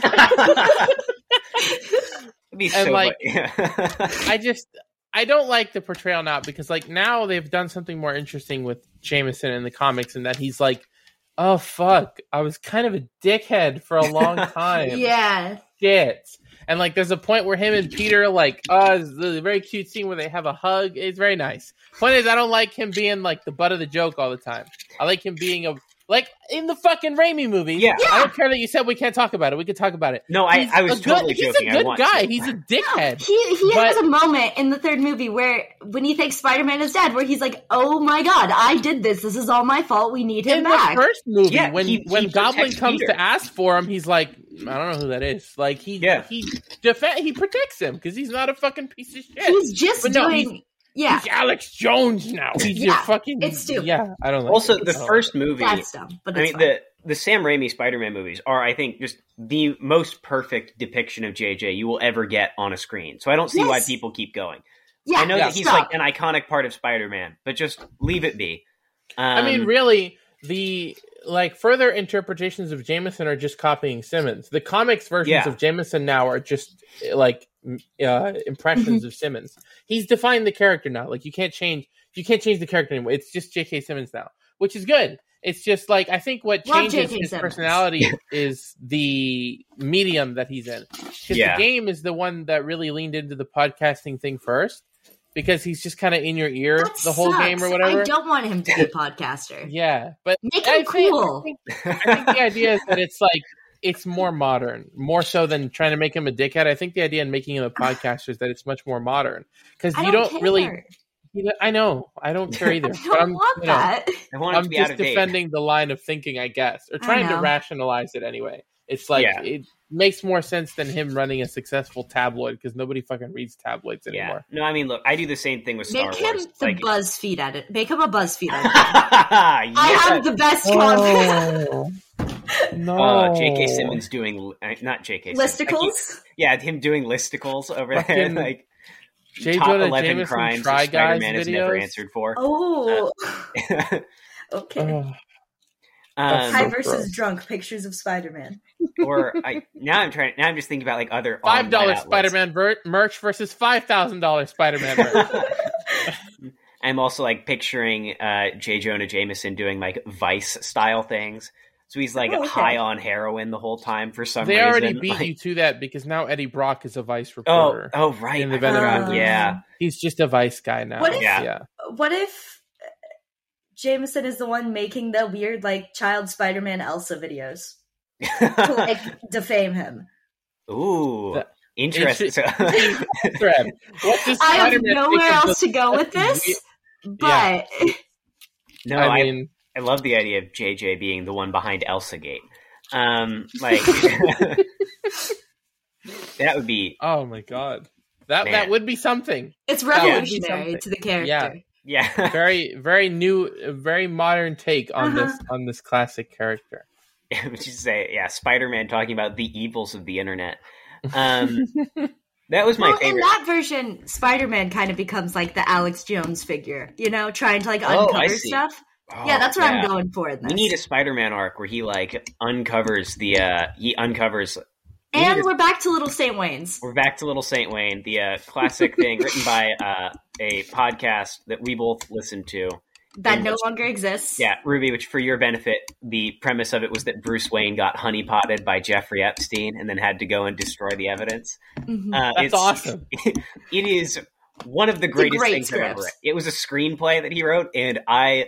Speaker 3: It'd be
Speaker 5: And,
Speaker 3: so
Speaker 5: like-
Speaker 3: funny.
Speaker 5: I just I don't like the portrayal now because like now they've done something more interesting with Jameson in the comics and that he's like, oh fuck, I was kind of a dickhead for a long time.
Speaker 4: yeah.
Speaker 5: Shit. And like there's a point where him and Peter are like, oh, it's a very cute scene where they have a hug. It's very nice. Point is I don't like him being like the butt of the joke all the time. I like him being a like in the fucking Raimi movies.
Speaker 3: Yeah.
Speaker 5: I don't care that you said we can't talk about it. We could talk about it.
Speaker 3: no, I,
Speaker 5: He's
Speaker 3: I was
Speaker 5: a
Speaker 3: totally
Speaker 5: good,
Speaker 3: joking.
Speaker 5: He's a
Speaker 3: I
Speaker 5: good
Speaker 3: want
Speaker 5: guy.
Speaker 3: to.
Speaker 5: He's a dickhead.
Speaker 4: He he
Speaker 5: But-
Speaker 4: has a moment in the third movie where when he thinks Spider Man is dead, where he's like, "Oh my god, I did this. This is all my fault. We need him
Speaker 5: in
Speaker 4: back."
Speaker 5: the first movie
Speaker 3: Yeah,
Speaker 5: when
Speaker 3: he- he
Speaker 5: when Goblin
Speaker 3: protects
Speaker 5: comes
Speaker 3: Peter.
Speaker 5: to ask for him, he's like, I don't know who that is. Like he
Speaker 3: Yeah.
Speaker 5: he defend he protects him because he's not a fucking piece of shit.
Speaker 4: he's just
Speaker 5: But no,
Speaker 4: doing
Speaker 5: he's-
Speaker 4: yeah,
Speaker 5: He's Alex Jones now. He's
Speaker 4: Yeah,
Speaker 5: a fucking
Speaker 4: it's stupid.
Speaker 5: Yeah, I don't like Oh.
Speaker 3: Also,
Speaker 5: it.
Speaker 3: the
Speaker 5: I don't
Speaker 3: first movie, I
Speaker 4: that's dumb. But
Speaker 3: mean,
Speaker 4: it's fine.
Speaker 3: the, the Sam Raimi Spider Man movies are, I think, just the most perfect depiction of JJ you will ever get on a screen. So I don't see why
Speaker 4: Yes.
Speaker 3: people keep going.
Speaker 4: yeah,
Speaker 3: I know
Speaker 5: yeah.
Speaker 3: that he's
Speaker 4: stop.
Speaker 3: like an iconic part of Spider Man, but just leave it be. Um,
Speaker 5: like it. I mean, really, the like further interpretations of Jameson are just copying Simmons. The comics versions
Speaker 3: Yeah.
Speaker 5: of Jameson now are just like m- uh,
Speaker 4: Mm-hmm.
Speaker 5: impressions of Simmons. He's defined the character now. Like you can't change you can't change the character anymore. It's just J.K. Simmons now, which is good. It's just like I think what
Speaker 4: Love
Speaker 5: changes
Speaker 4: J.K.
Speaker 5: his
Speaker 4: Simmons.
Speaker 5: personality is the medium that he's in. Because
Speaker 3: Yeah.
Speaker 5: the game is the one that really leaned into the podcasting thing first, because he's just kind of in your ear
Speaker 4: That
Speaker 5: the whole
Speaker 4: sucks.
Speaker 5: game or whatever.
Speaker 4: I don't want him to be a podcaster.
Speaker 5: Yeah, but
Speaker 4: Make
Speaker 5: I
Speaker 4: him
Speaker 5: think-
Speaker 4: cool.
Speaker 5: I think, I think the idea is that it's like it's more modern, more so than trying to make him a dickhead. I think the idea in making him a podcaster is that it's much more modern because
Speaker 4: I
Speaker 5: you don't,
Speaker 4: care.
Speaker 5: really. You know, I know, I don't care either.
Speaker 4: I
Speaker 5: but
Speaker 4: don't
Speaker 5: I'm,
Speaker 4: want
Speaker 5: you know,
Speaker 4: that.
Speaker 3: I want it
Speaker 5: I'm
Speaker 3: to be out
Speaker 5: just
Speaker 3: of date.
Speaker 5: defending the line of thinking, I guess, or
Speaker 4: I
Speaker 5: trying to
Speaker 4: know.
Speaker 5: rationalize it anyway. It's like
Speaker 3: Yeah.
Speaker 5: it makes more sense than him running a successful tabloid because nobody fucking reads tabloids
Speaker 3: yeah.
Speaker 5: anymore.
Speaker 3: No, I mean, look, I do the same thing with Star
Speaker 4: Make him
Speaker 3: Wars.
Speaker 4: the
Speaker 3: like,
Speaker 4: BuzzFeed edit. Make him a BuzzFeed edit. I
Speaker 3: I
Speaker 4: have the best
Speaker 5: Oh.
Speaker 4: content.
Speaker 5: no,
Speaker 3: Oh, J.K. Simmons doing uh, not J.K. Simmons. I keep-
Speaker 4: listicles.
Speaker 3: Yeah, him doing listicles over there,
Speaker 5: Fucking
Speaker 3: like
Speaker 5: J.
Speaker 3: top
Speaker 5: Jonah
Speaker 3: eleven
Speaker 5: Jameson
Speaker 3: crimes
Speaker 5: Try
Speaker 3: that
Speaker 5: Guys
Speaker 3: Spider-Man has never
Speaker 5: videos.
Speaker 3: answered for.
Speaker 4: Oh, okay.
Speaker 5: Ugh.
Speaker 3: Um,
Speaker 4: High
Speaker 5: Oh, so
Speaker 4: versus
Speaker 5: gross.
Speaker 4: drunk pictures of Spider-Man.
Speaker 3: or I now I'm trying. Now I'm just thinking about like other
Speaker 5: Five
Speaker 3: online
Speaker 5: dollar
Speaker 3: outlets.
Speaker 5: Spider Man ver- merch versus five thousand dollar Spider Man merch.
Speaker 3: I'm also like picturing uh, J. Jonah Jameson doing like Vice style things. So he's like
Speaker 4: Oh, okay.
Speaker 3: high on heroin the whole time for some
Speaker 5: they
Speaker 3: reason.
Speaker 5: already beat
Speaker 3: like-
Speaker 5: you to that because now Eddie Brock is a Vice
Speaker 3: Oh,
Speaker 5: reporter.
Speaker 3: oh, right.
Speaker 5: In the
Speaker 3: I
Speaker 5: Venom
Speaker 3: forgot.
Speaker 4: movies.
Speaker 3: yeah,
Speaker 5: He's just a Vice guy now.
Speaker 4: What if-
Speaker 5: yeah.
Speaker 3: Yeah.
Speaker 4: Um, What if uh, Jameson is the one making the weird like child Spider-Man Elsa videos to like defame him?
Speaker 3: Oow,
Speaker 5: The-
Speaker 3: interesting.
Speaker 5: Inter- Thread. What does
Speaker 4: I have
Speaker 5: Spider-Man think
Speaker 4: nowhere
Speaker 5: of
Speaker 4: else to go with
Speaker 5: That's
Speaker 4: this, but
Speaker 3: no,
Speaker 5: I
Speaker 3: I,
Speaker 5: mean,
Speaker 3: I love the idea of JJ being the one behind Elsa Gate. Um, like that would be
Speaker 5: oh my god, that
Speaker 3: Man.
Speaker 5: that would be something.
Speaker 4: it's
Speaker 5: would be
Speaker 4: revolutionary
Speaker 5: something.
Speaker 4: to the character.
Speaker 5: Yeah.
Speaker 3: yeah.
Speaker 5: Very very new, a very modern take on
Speaker 4: Uh-huh.
Speaker 5: this on this classic character.
Speaker 3: Would you say yeah? Spider Man talking about the evils of the internet. Um, that was my
Speaker 4: well, in
Speaker 3: favorite.
Speaker 4: that version, Spider-Man kind of becomes like the Alex Jones figure, you know, trying to like
Speaker 3: Oh, I
Speaker 4: uncover
Speaker 3: see.
Speaker 4: stuff.
Speaker 3: Oh,
Speaker 4: yeah, that's what
Speaker 3: yeah.
Speaker 4: I'm going for in this.
Speaker 3: We need a Spider-Man arc where he like uncovers the uh he uncovers we need
Speaker 4: and
Speaker 3: a-
Speaker 4: we're back to Little St. Wayne's.
Speaker 3: we're back to Little Saint Wayne, the uh, classic thing written by uh a podcast that we both listen to.
Speaker 4: that
Speaker 3: in
Speaker 4: no
Speaker 3: which-
Speaker 4: longer exists.
Speaker 3: Yeah, Ruby, which for your benefit, the premise of it was that Bruce Wayne got honeypotted by Jeffrey Epstein and then had to go and destroy the evidence.
Speaker 4: Mhm.
Speaker 3: Uh,
Speaker 5: That's
Speaker 3: it's-
Speaker 5: awesome.
Speaker 3: It is one of the greatest
Speaker 4: great
Speaker 3: things I've ever
Speaker 4: script.
Speaker 3: read. It was a screenplay that he wrote, and I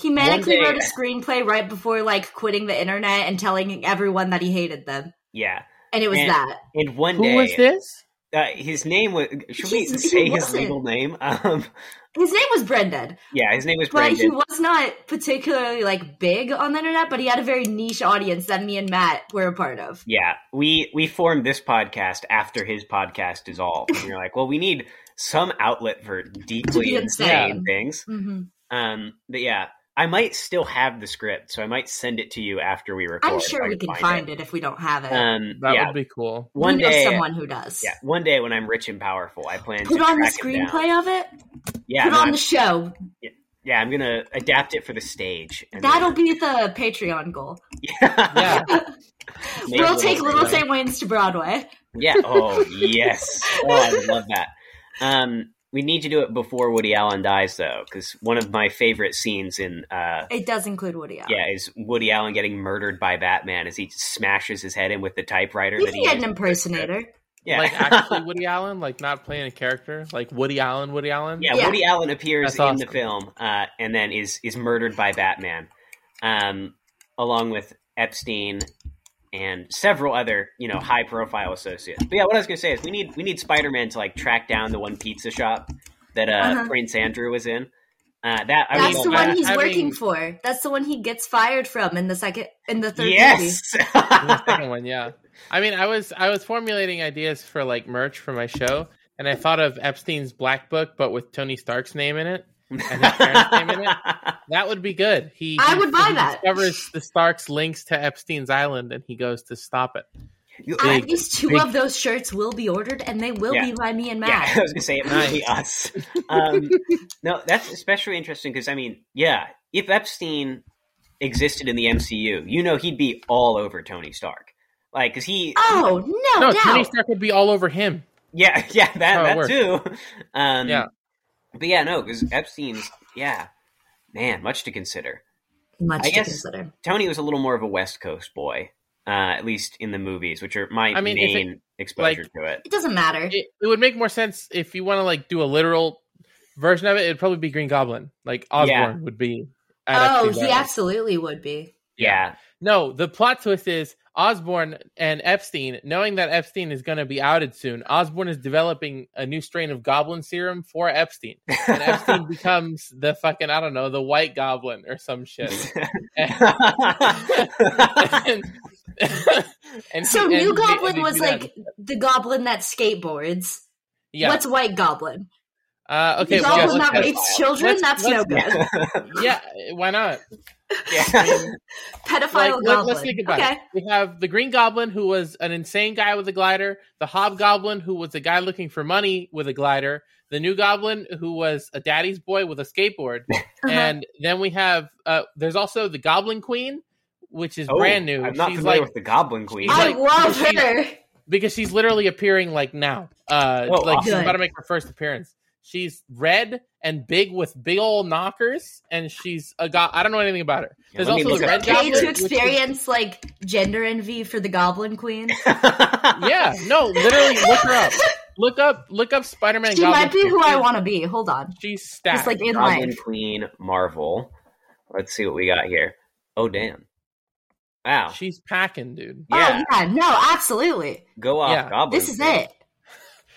Speaker 4: he manically
Speaker 3: day-
Speaker 4: wrote a screenplay right before like quitting the internet and telling everyone that he hated them,
Speaker 3: yeah.
Speaker 4: and it was
Speaker 3: And
Speaker 4: that.
Speaker 3: And one
Speaker 5: Who
Speaker 3: day,
Speaker 5: was this?
Speaker 3: Uh, his name was. Should we
Speaker 4: He's- he
Speaker 3: say his
Speaker 4: wasn't.
Speaker 3: legal name? Um,
Speaker 4: His name was Brendan,
Speaker 3: yeah, his name was
Speaker 4: but he
Speaker 3: Brandon.
Speaker 4: was not particularly like big on the internet. But he had a very niche audience that me and Matt were a part of.
Speaker 3: Yeah, we we formed this podcast after his podcast dissolved. And you're like, well, we need some outlet for deeply
Speaker 4: insane.
Speaker 3: insane things.
Speaker 4: hmm
Speaker 3: Um, but yeah, I might still have the script, so I might send it to you after we record.
Speaker 4: I'm
Speaker 3: if
Speaker 4: sure
Speaker 3: I
Speaker 4: we can find it. if we don't have it.
Speaker 3: Um,
Speaker 5: That
Speaker 3: yeah,
Speaker 5: would be cool.
Speaker 3: one
Speaker 4: we know
Speaker 3: day.
Speaker 4: someone who does.
Speaker 3: Yeah, one day when I'm rich and powerful, I plan
Speaker 4: Put
Speaker 3: to
Speaker 4: on the
Speaker 3: track him down.
Speaker 4: screenplay of it.
Speaker 3: Yeah,
Speaker 4: Put
Speaker 3: no,
Speaker 4: on
Speaker 3: I'm-
Speaker 4: the show.
Speaker 3: yeah, I'm gonna adapt it for the stage. and
Speaker 4: That'll
Speaker 3: then-
Speaker 4: be the Patreon goal.
Speaker 5: Yeah.
Speaker 3: Maybe
Speaker 4: we'll
Speaker 3: we'll
Speaker 4: take
Speaker 3: do
Speaker 4: Little
Speaker 5: that.
Speaker 4: St. Wayne's to Broadway.
Speaker 3: Yeah. Oh, yes. Oh, I would love that. Um, we need to do it before Woody Allen dies, though, because one of my favorite scenes in, uh,
Speaker 4: It does include Woody Allen.
Speaker 3: yeah, is Woody Allen getting murdered by Batman as he smashes his head in with the typewriter
Speaker 4: We
Speaker 3: that
Speaker 4: can
Speaker 3: he
Speaker 4: get
Speaker 3: used.
Speaker 4: an impersonator.
Speaker 3: Yeah.
Speaker 5: Like actually Woody Allen, like not playing a character, like Woody Allen, Woody Allen.
Speaker 3: yeah,
Speaker 4: Yeah.
Speaker 3: Woody Allen appears
Speaker 5: That's
Speaker 3: in the
Speaker 5: awesome.
Speaker 3: film uh, and then is is murdered by Batman, um, along with Epstein and several other you know high profile associates. But yeah, what I was gonna say is we need we need Spider Man to like track down the one pizza shop that uh,
Speaker 4: Uh-huh.
Speaker 3: Prince Andrew was in. Uh, that I
Speaker 4: That's
Speaker 3: would
Speaker 4: the
Speaker 3: love
Speaker 4: one he's
Speaker 5: I mean-
Speaker 4: working for. That's the one he gets fired from in the second, in the
Speaker 3: that.
Speaker 4: third movie.
Speaker 3: Yes.
Speaker 5: In the second one, yeah. I mean, I was I was formulating ideas for like merch for my show, and I thought of Epstein's Black Book, but with Tony Stark's name in it. And his parents' name in it. That would be good. He
Speaker 4: I would buy
Speaker 5: he
Speaker 4: that.
Speaker 5: Discovers the Starks' links to Epstein's island, and he goes to stop it.
Speaker 3: You-
Speaker 4: At
Speaker 5: Big,
Speaker 4: least two
Speaker 5: big-
Speaker 4: of those shirts will be ordered, and they will
Speaker 3: Yeah.
Speaker 4: be by me and
Speaker 3: Yeah,
Speaker 4: Matt.
Speaker 3: I was gonna say it might be us. Um, no, that's especially interesting because I mean, yeah, if Epstein existed in the MCU, you know he'd be all over Tony Stark. Like, because he,
Speaker 4: Oh no,
Speaker 5: No,
Speaker 4: doubt.
Speaker 5: Tony Stark would be all over him.
Speaker 3: yeah, yeah,
Speaker 5: Oh,
Speaker 3: that,
Speaker 5: it
Speaker 3: that too. Um,
Speaker 5: Yeah.
Speaker 3: But yeah, no, because Epstein's, yeah, man, much to consider.
Speaker 4: Much
Speaker 3: I
Speaker 4: to
Speaker 3: guess-
Speaker 4: consider.
Speaker 3: Tony was a little more of a West Coast boy, uh, at least in the movies, which are my
Speaker 5: I mean, if
Speaker 3: main exposure to it.
Speaker 4: It doesn't matter.
Speaker 5: It, it would make more sense if you want to like do a literal version of it. It'd probably be Green Goblin. Like Osborn
Speaker 3: Yeah.
Speaker 5: would be. at
Speaker 4: oh,
Speaker 5: Epstein's
Speaker 4: he
Speaker 5: island.
Speaker 4: absolutely would be.
Speaker 3: Yeah,
Speaker 5: No, the plot twist is Osborne and Epstein, knowing that Epstein is going to be outed soon, Osborne is developing a new strain of goblin serum for Epstein. And Epstein becomes the fucking, I don't know, the white goblin or some shit. and, and-
Speaker 4: So
Speaker 5: and-
Speaker 4: New
Speaker 5: and-
Speaker 4: Goblin
Speaker 5: and
Speaker 4: was
Speaker 5: do that.
Speaker 4: like the goblin that skateboards.
Speaker 5: yeah.
Speaker 4: What's White Goblin?
Speaker 5: uh, okay,
Speaker 4: the
Speaker 5: well,
Speaker 4: goblin
Speaker 5: yeah,
Speaker 4: that
Speaker 5: let's-
Speaker 4: rapes children?
Speaker 5: Let's-
Speaker 4: That's
Speaker 5: let's-
Speaker 4: no good.
Speaker 5: yeah, why not?
Speaker 3: yeah.
Speaker 5: Like,
Speaker 4: Pedophile
Speaker 5: let,
Speaker 4: goblin.
Speaker 5: us think about
Speaker 4: okay.
Speaker 5: it. We have the Green Goblin, who was an insane guy with a glider, the Hobgoblin, who was a guy looking for money with a glider, the New Goblin, who was a daddy's boy with a skateboard,
Speaker 4: Uh-huh.
Speaker 5: and then we have uh, there's also the Goblin Queen, which is
Speaker 3: Oh,
Speaker 5: brand new.
Speaker 3: I'm not
Speaker 5: she's
Speaker 3: familiar
Speaker 5: like
Speaker 3: with the Goblin Queen.
Speaker 5: he's
Speaker 4: I
Speaker 5: like-
Speaker 4: love
Speaker 5: he's-
Speaker 4: her.
Speaker 5: because she's literally appearing like now. Uh,
Speaker 3: Oh,
Speaker 5: like she's
Speaker 4: awesome.
Speaker 5: about to make her first appearance. She's red and big with big old knockers, and she's a go- I don't know anything about her.
Speaker 3: Yeah,
Speaker 5: There's
Speaker 3: let me
Speaker 5: also
Speaker 3: look
Speaker 5: the
Speaker 3: up-
Speaker 5: red
Speaker 4: Okay,
Speaker 5: goblin.
Speaker 4: to
Speaker 5: which is-
Speaker 4: experience like gender envy for the Goblin Queen.
Speaker 5: yeah, no, literally look her up. Look up look up Spider Man
Speaker 4: she
Speaker 5: Goblin.
Speaker 4: might be
Speaker 5: Queen.
Speaker 4: who I want to be. Hold on,
Speaker 5: She's stacked.
Speaker 4: just like in
Speaker 3: Goblin
Speaker 4: life.
Speaker 3: Queen Marvel. Let's see what we got here. Oh damn! Wow.
Speaker 5: She's packing, dude.
Speaker 3: yeah.
Speaker 4: Oh yeah, no, absolutely.
Speaker 3: Go off,
Speaker 5: Yeah.
Speaker 3: Goblin.
Speaker 4: This is
Speaker 3: Queen.
Speaker 4: it.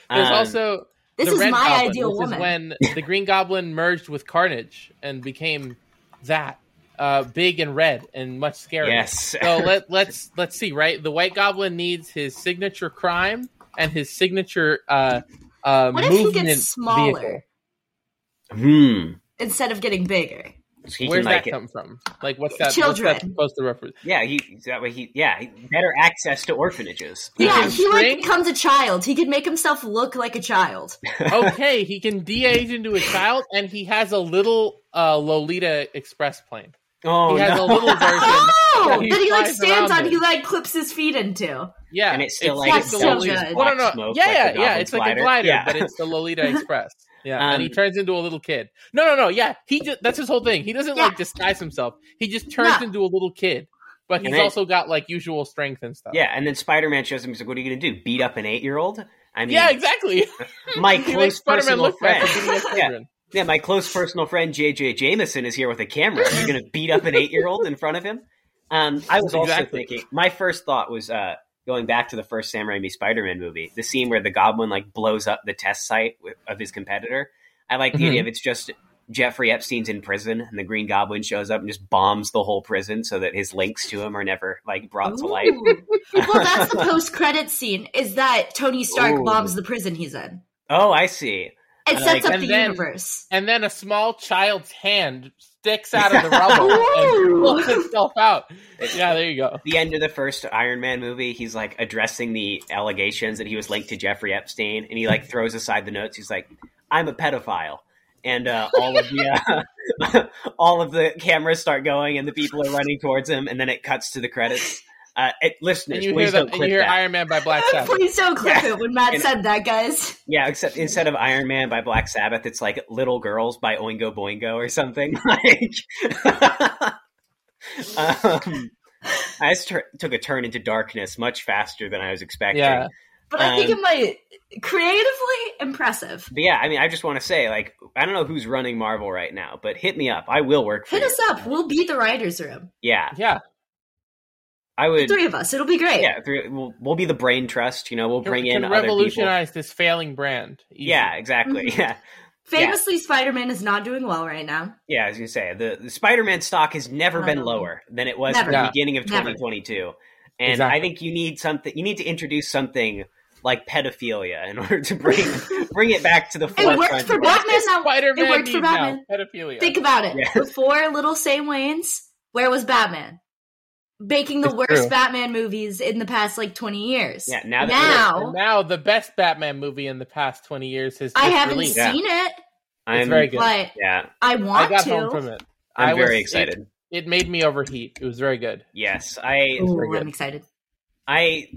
Speaker 5: There's
Speaker 3: Um,
Speaker 5: also
Speaker 4: This
Speaker 5: the
Speaker 4: is
Speaker 5: Red
Speaker 4: my
Speaker 5: Goblin.
Speaker 4: ideal
Speaker 5: This is
Speaker 4: woman.
Speaker 5: when the Green Goblin merged with Carnage and became that uh, big and red and much scarier.
Speaker 3: yes.
Speaker 5: So let let's let's see. Right, the White Goblin needs his signature crime and his signature uh, uh,
Speaker 4: what if he
Speaker 5: movement
Speaker 4: gets smaller
Speaker 5: vehicle.
Speaker 3: hmm.
Speaker 4: instead of getting bigger?
Speaker 3: So he
Speaker 5: Where's
Speaker 3: can like
Speaker 5: that come from? Like, what's that?
Speaker 4: Children.
Speaker 5: What's that supposed to represent?
Speaker 3: yeah. He that way he yeah he, better access to orphanages.
Speaker 4: Yeah,
Speaker 5: can
Speaker 4: he like
Speaker 5: shrink.
Speaker 4: becomes a child. He can make himself look like a child.
Speaker 5: okay, he can de-age into a child, and he has a little uh, Lolita Express plane.
Speaker 3: Oh
Speaker 5: he has
Speaker 3: no.
Speaker 5: a little version.
Speaker 4: Oh,
Speaker 5: Yeah, he
Speaker 4: that he like
Speaker 5: flies
Speaker 4: stands
Speaker 5: around
Speaker 4: on.
Speaker 5: it.
Speaker 4: He like clips his feet into.
Speaker 5: Yeah,
Speaker 3: and it's still
Speaker 4: it's
Speaker 3: like
Speaker 4: like
Speaker 5: the
Speaker 4: so
Speaker 5: Lolita-
Speaker 4: good.
Speaker 5: No,
Speaker 3: black
Speaker 5: no, no.
Speaker 3: smoke,
Speaker 5: yeah,
Speaker 3: like
Speaker 5: yeah,
Speaker 3: a
Speaker 5: yeah.
Speaker 3: Goblin
Speaker 5: It's like a glider, but it's the Lolita Express. Yeah, and he
Speaker 3: Um,
Speaker 5: turns into a little kid. No, no, no. Yeah, he just that's his whole thing. He doesn't
Speaker 4: Yeah.
Speaker 5: like disguise himself. He just turns
Speaker 4: No.
Speaker 5: into a little kid, but he's
Speaker 3: And then-
Speaker 5: also got like usual strength and stuff.
Speaker 3: yeah, and then Spider Man shows him. He's like, "What are you gonna do? Beat up an eight year old?" I mean,
Speaker 5: yeah, exactly.
Speaker 3: my
Speaker 5: He makes
Speaker 3: close
Speaker 5: Spider-Man
Speaker 3: personal
Speaker 5: look bad
Speaker 3: friend.
Speaker 5: for beating up children.
Speaker 3: Yeah, my close personal friend JJ Jameson is here with a camera. You're going to beat up an eight year old in front of him. Um, I was also
Speaker 5: Exactly.
Speaker 3: thinking. My first thought was uh, going back to the first Sam Raimi Spider-Man movie, the scene where the Goblin like blows up the test site with, of his competitor. I like the
Speaker 5: Mhm.
Speaker 3: idea of it's just Jeffrey Epstein's in prison, and the Green Goblin shows up and just bombs the whole prison so that his links to him are never like brought to light.
Speaker 4: Ooh. well, that's the post-credit scene. Is that Tony Stark
Speaker 3: Ooh.
Speaker 4: bombs the prison he's in?
Speaker 3: Oh, I see.
Speaker 4: It
Speaker 3: I
Speaker 4: sets
Speaker 3: like
Speaker 4: up
Speaker 5: that.
Speaker 4: the
Speaker 5: And then-
Speaker 4: universe.
Speaker 5: And then a small child's hand sticks out of the rubble and
Speaker 4: Ooh.
Speaker 5: pulls itself out. Yeah, there you go.
Speaker 3: the end of the first Iron Man movie, he's like addressing the allegations that he was linked to Jeffrey Epstein, and he like throws aside the notes. He's like, "I'm a pedophile," and uh, all of the uh, all of the cameras start going, and the people are running towards him, and then it cuts to the credits. Uh, it, listeners,
Speaker 5: And you hear
Speaker 3: please
Speaker 5: the,
Speaker 3: don't
Speaker 5: and you
Speaker 3: clip
Speaker 5: hear
Speaker 3: that.
Speaker 5: Iron Man by Black Sabbath.
Speaker 4: Please don't clip
Speaker 3: Yeah.
Speaker 4: it when Matt
Speaker 3: And-
Speaker 4: said that, guys.
Speaker 3: yeah, except instead of Iron Man by Black Sabbath, it's like Little Girls by Oingo Boingo or something. Like, um, I just tur- took a turn into darkness much faster than I was expecting.
Speaker 5: Yeah.
Speaker 4: But I think
Speaker 3: Um,
Speaker 4: it might creatively impressive.
Speaker 3: But yeah, I mean, I just want to say, like, I don't know who's running Marvel right now, but hit me up. I will work for
Speaker 4: Hit
Speaker 3: you.
Speaker 4: us up. We'll be the writers' room.
Speaker 3: Yeah,
Speaker 5: Yeah,
Speaker 3: I
Speaker 4: The
Speaker 3: would.
Speaker 4: three of us. It'll be great.
Speaker 3: Yeah, three, we'll, we'll be the brain trust. You know, we'll
Speaker 5: can,
Speaker 3: bring
Speaker 5: can
Speaker 3: in other people.
Speaker 5: revolutionize this failing brand. Easy.
Speaker 3: Yeah, exactly.
Speaker 4: Mm-hmm.
Speaker 3: Yeah,
Speaker 4: Famously, Spider Man is not doing well right now.
Speaker 3: yeah. As you say, the, the Spider-Man stock has never been
Speaker 4: Um,
Speaker 3: lower than it was at
Speaker 4: never.
Speaker 3: the
Speaker 5: Yeah.
Speaker 3: beginning of
Speaker 4: Never.
Speaker 3: 2022, and
Speaker 5: Exactly.
Speaker 3: I think you need something. You need to introduce something like pedophilia in order to bring bring it back to the forefront.
Speaker 4: worked for
Speaker 3: of-
Speaker 4: Black-
Speaker 5: What does
Speaker 4: Batman-
Speaker 5: Spider-Man
Speaker 4: it worked for
Speaker 5: need now?
Speaker 4: Batman.
Speaker 5: Pedophilia.
Speaker 4: Think about it.
Speaker 3: Yeah.
Speaker 4: Before Little St. Wayne's, where was Batman? Making the
Speaker 5: It's
Speaker 4: worst
Speaker 5: true.
Speaker 4: Batman movies in the past like 20 years.
Speaker 3: Yeah, now that-
Speaker 5: And
Speaker 4: now
Speaker 5: now the best Batman movie in the past twenty years has.
Speaker 4: I
Speaker 5: just
Speaker 4: haven't
Speaker 5: released.
Speaker 3: Yeah.
Speaker 4: seen it,
Speaker 3: I'm
Speaker 5: It's very good.
Speaker 4: but
Speaker 3: Yeah,
Speaker 4: I
Speaker 5: I
Speaker 4: want
Speaker 5: got
Speaker 4: to.
Speaker 5: home from it.
Speaker 3: I'm
Speaker 5: I was-
Speaker 3: very
Speaker 5: it-
Speaker 3: excited.
Speaker 5: It made me overheat. It was very good.
Speaker 3: Yes, I
Speaker 4: Ooh,
Speaker 5: very
Speaker 4: I'm
Speaker 5: good.
Speaker 4: excited.
Speaker 3: I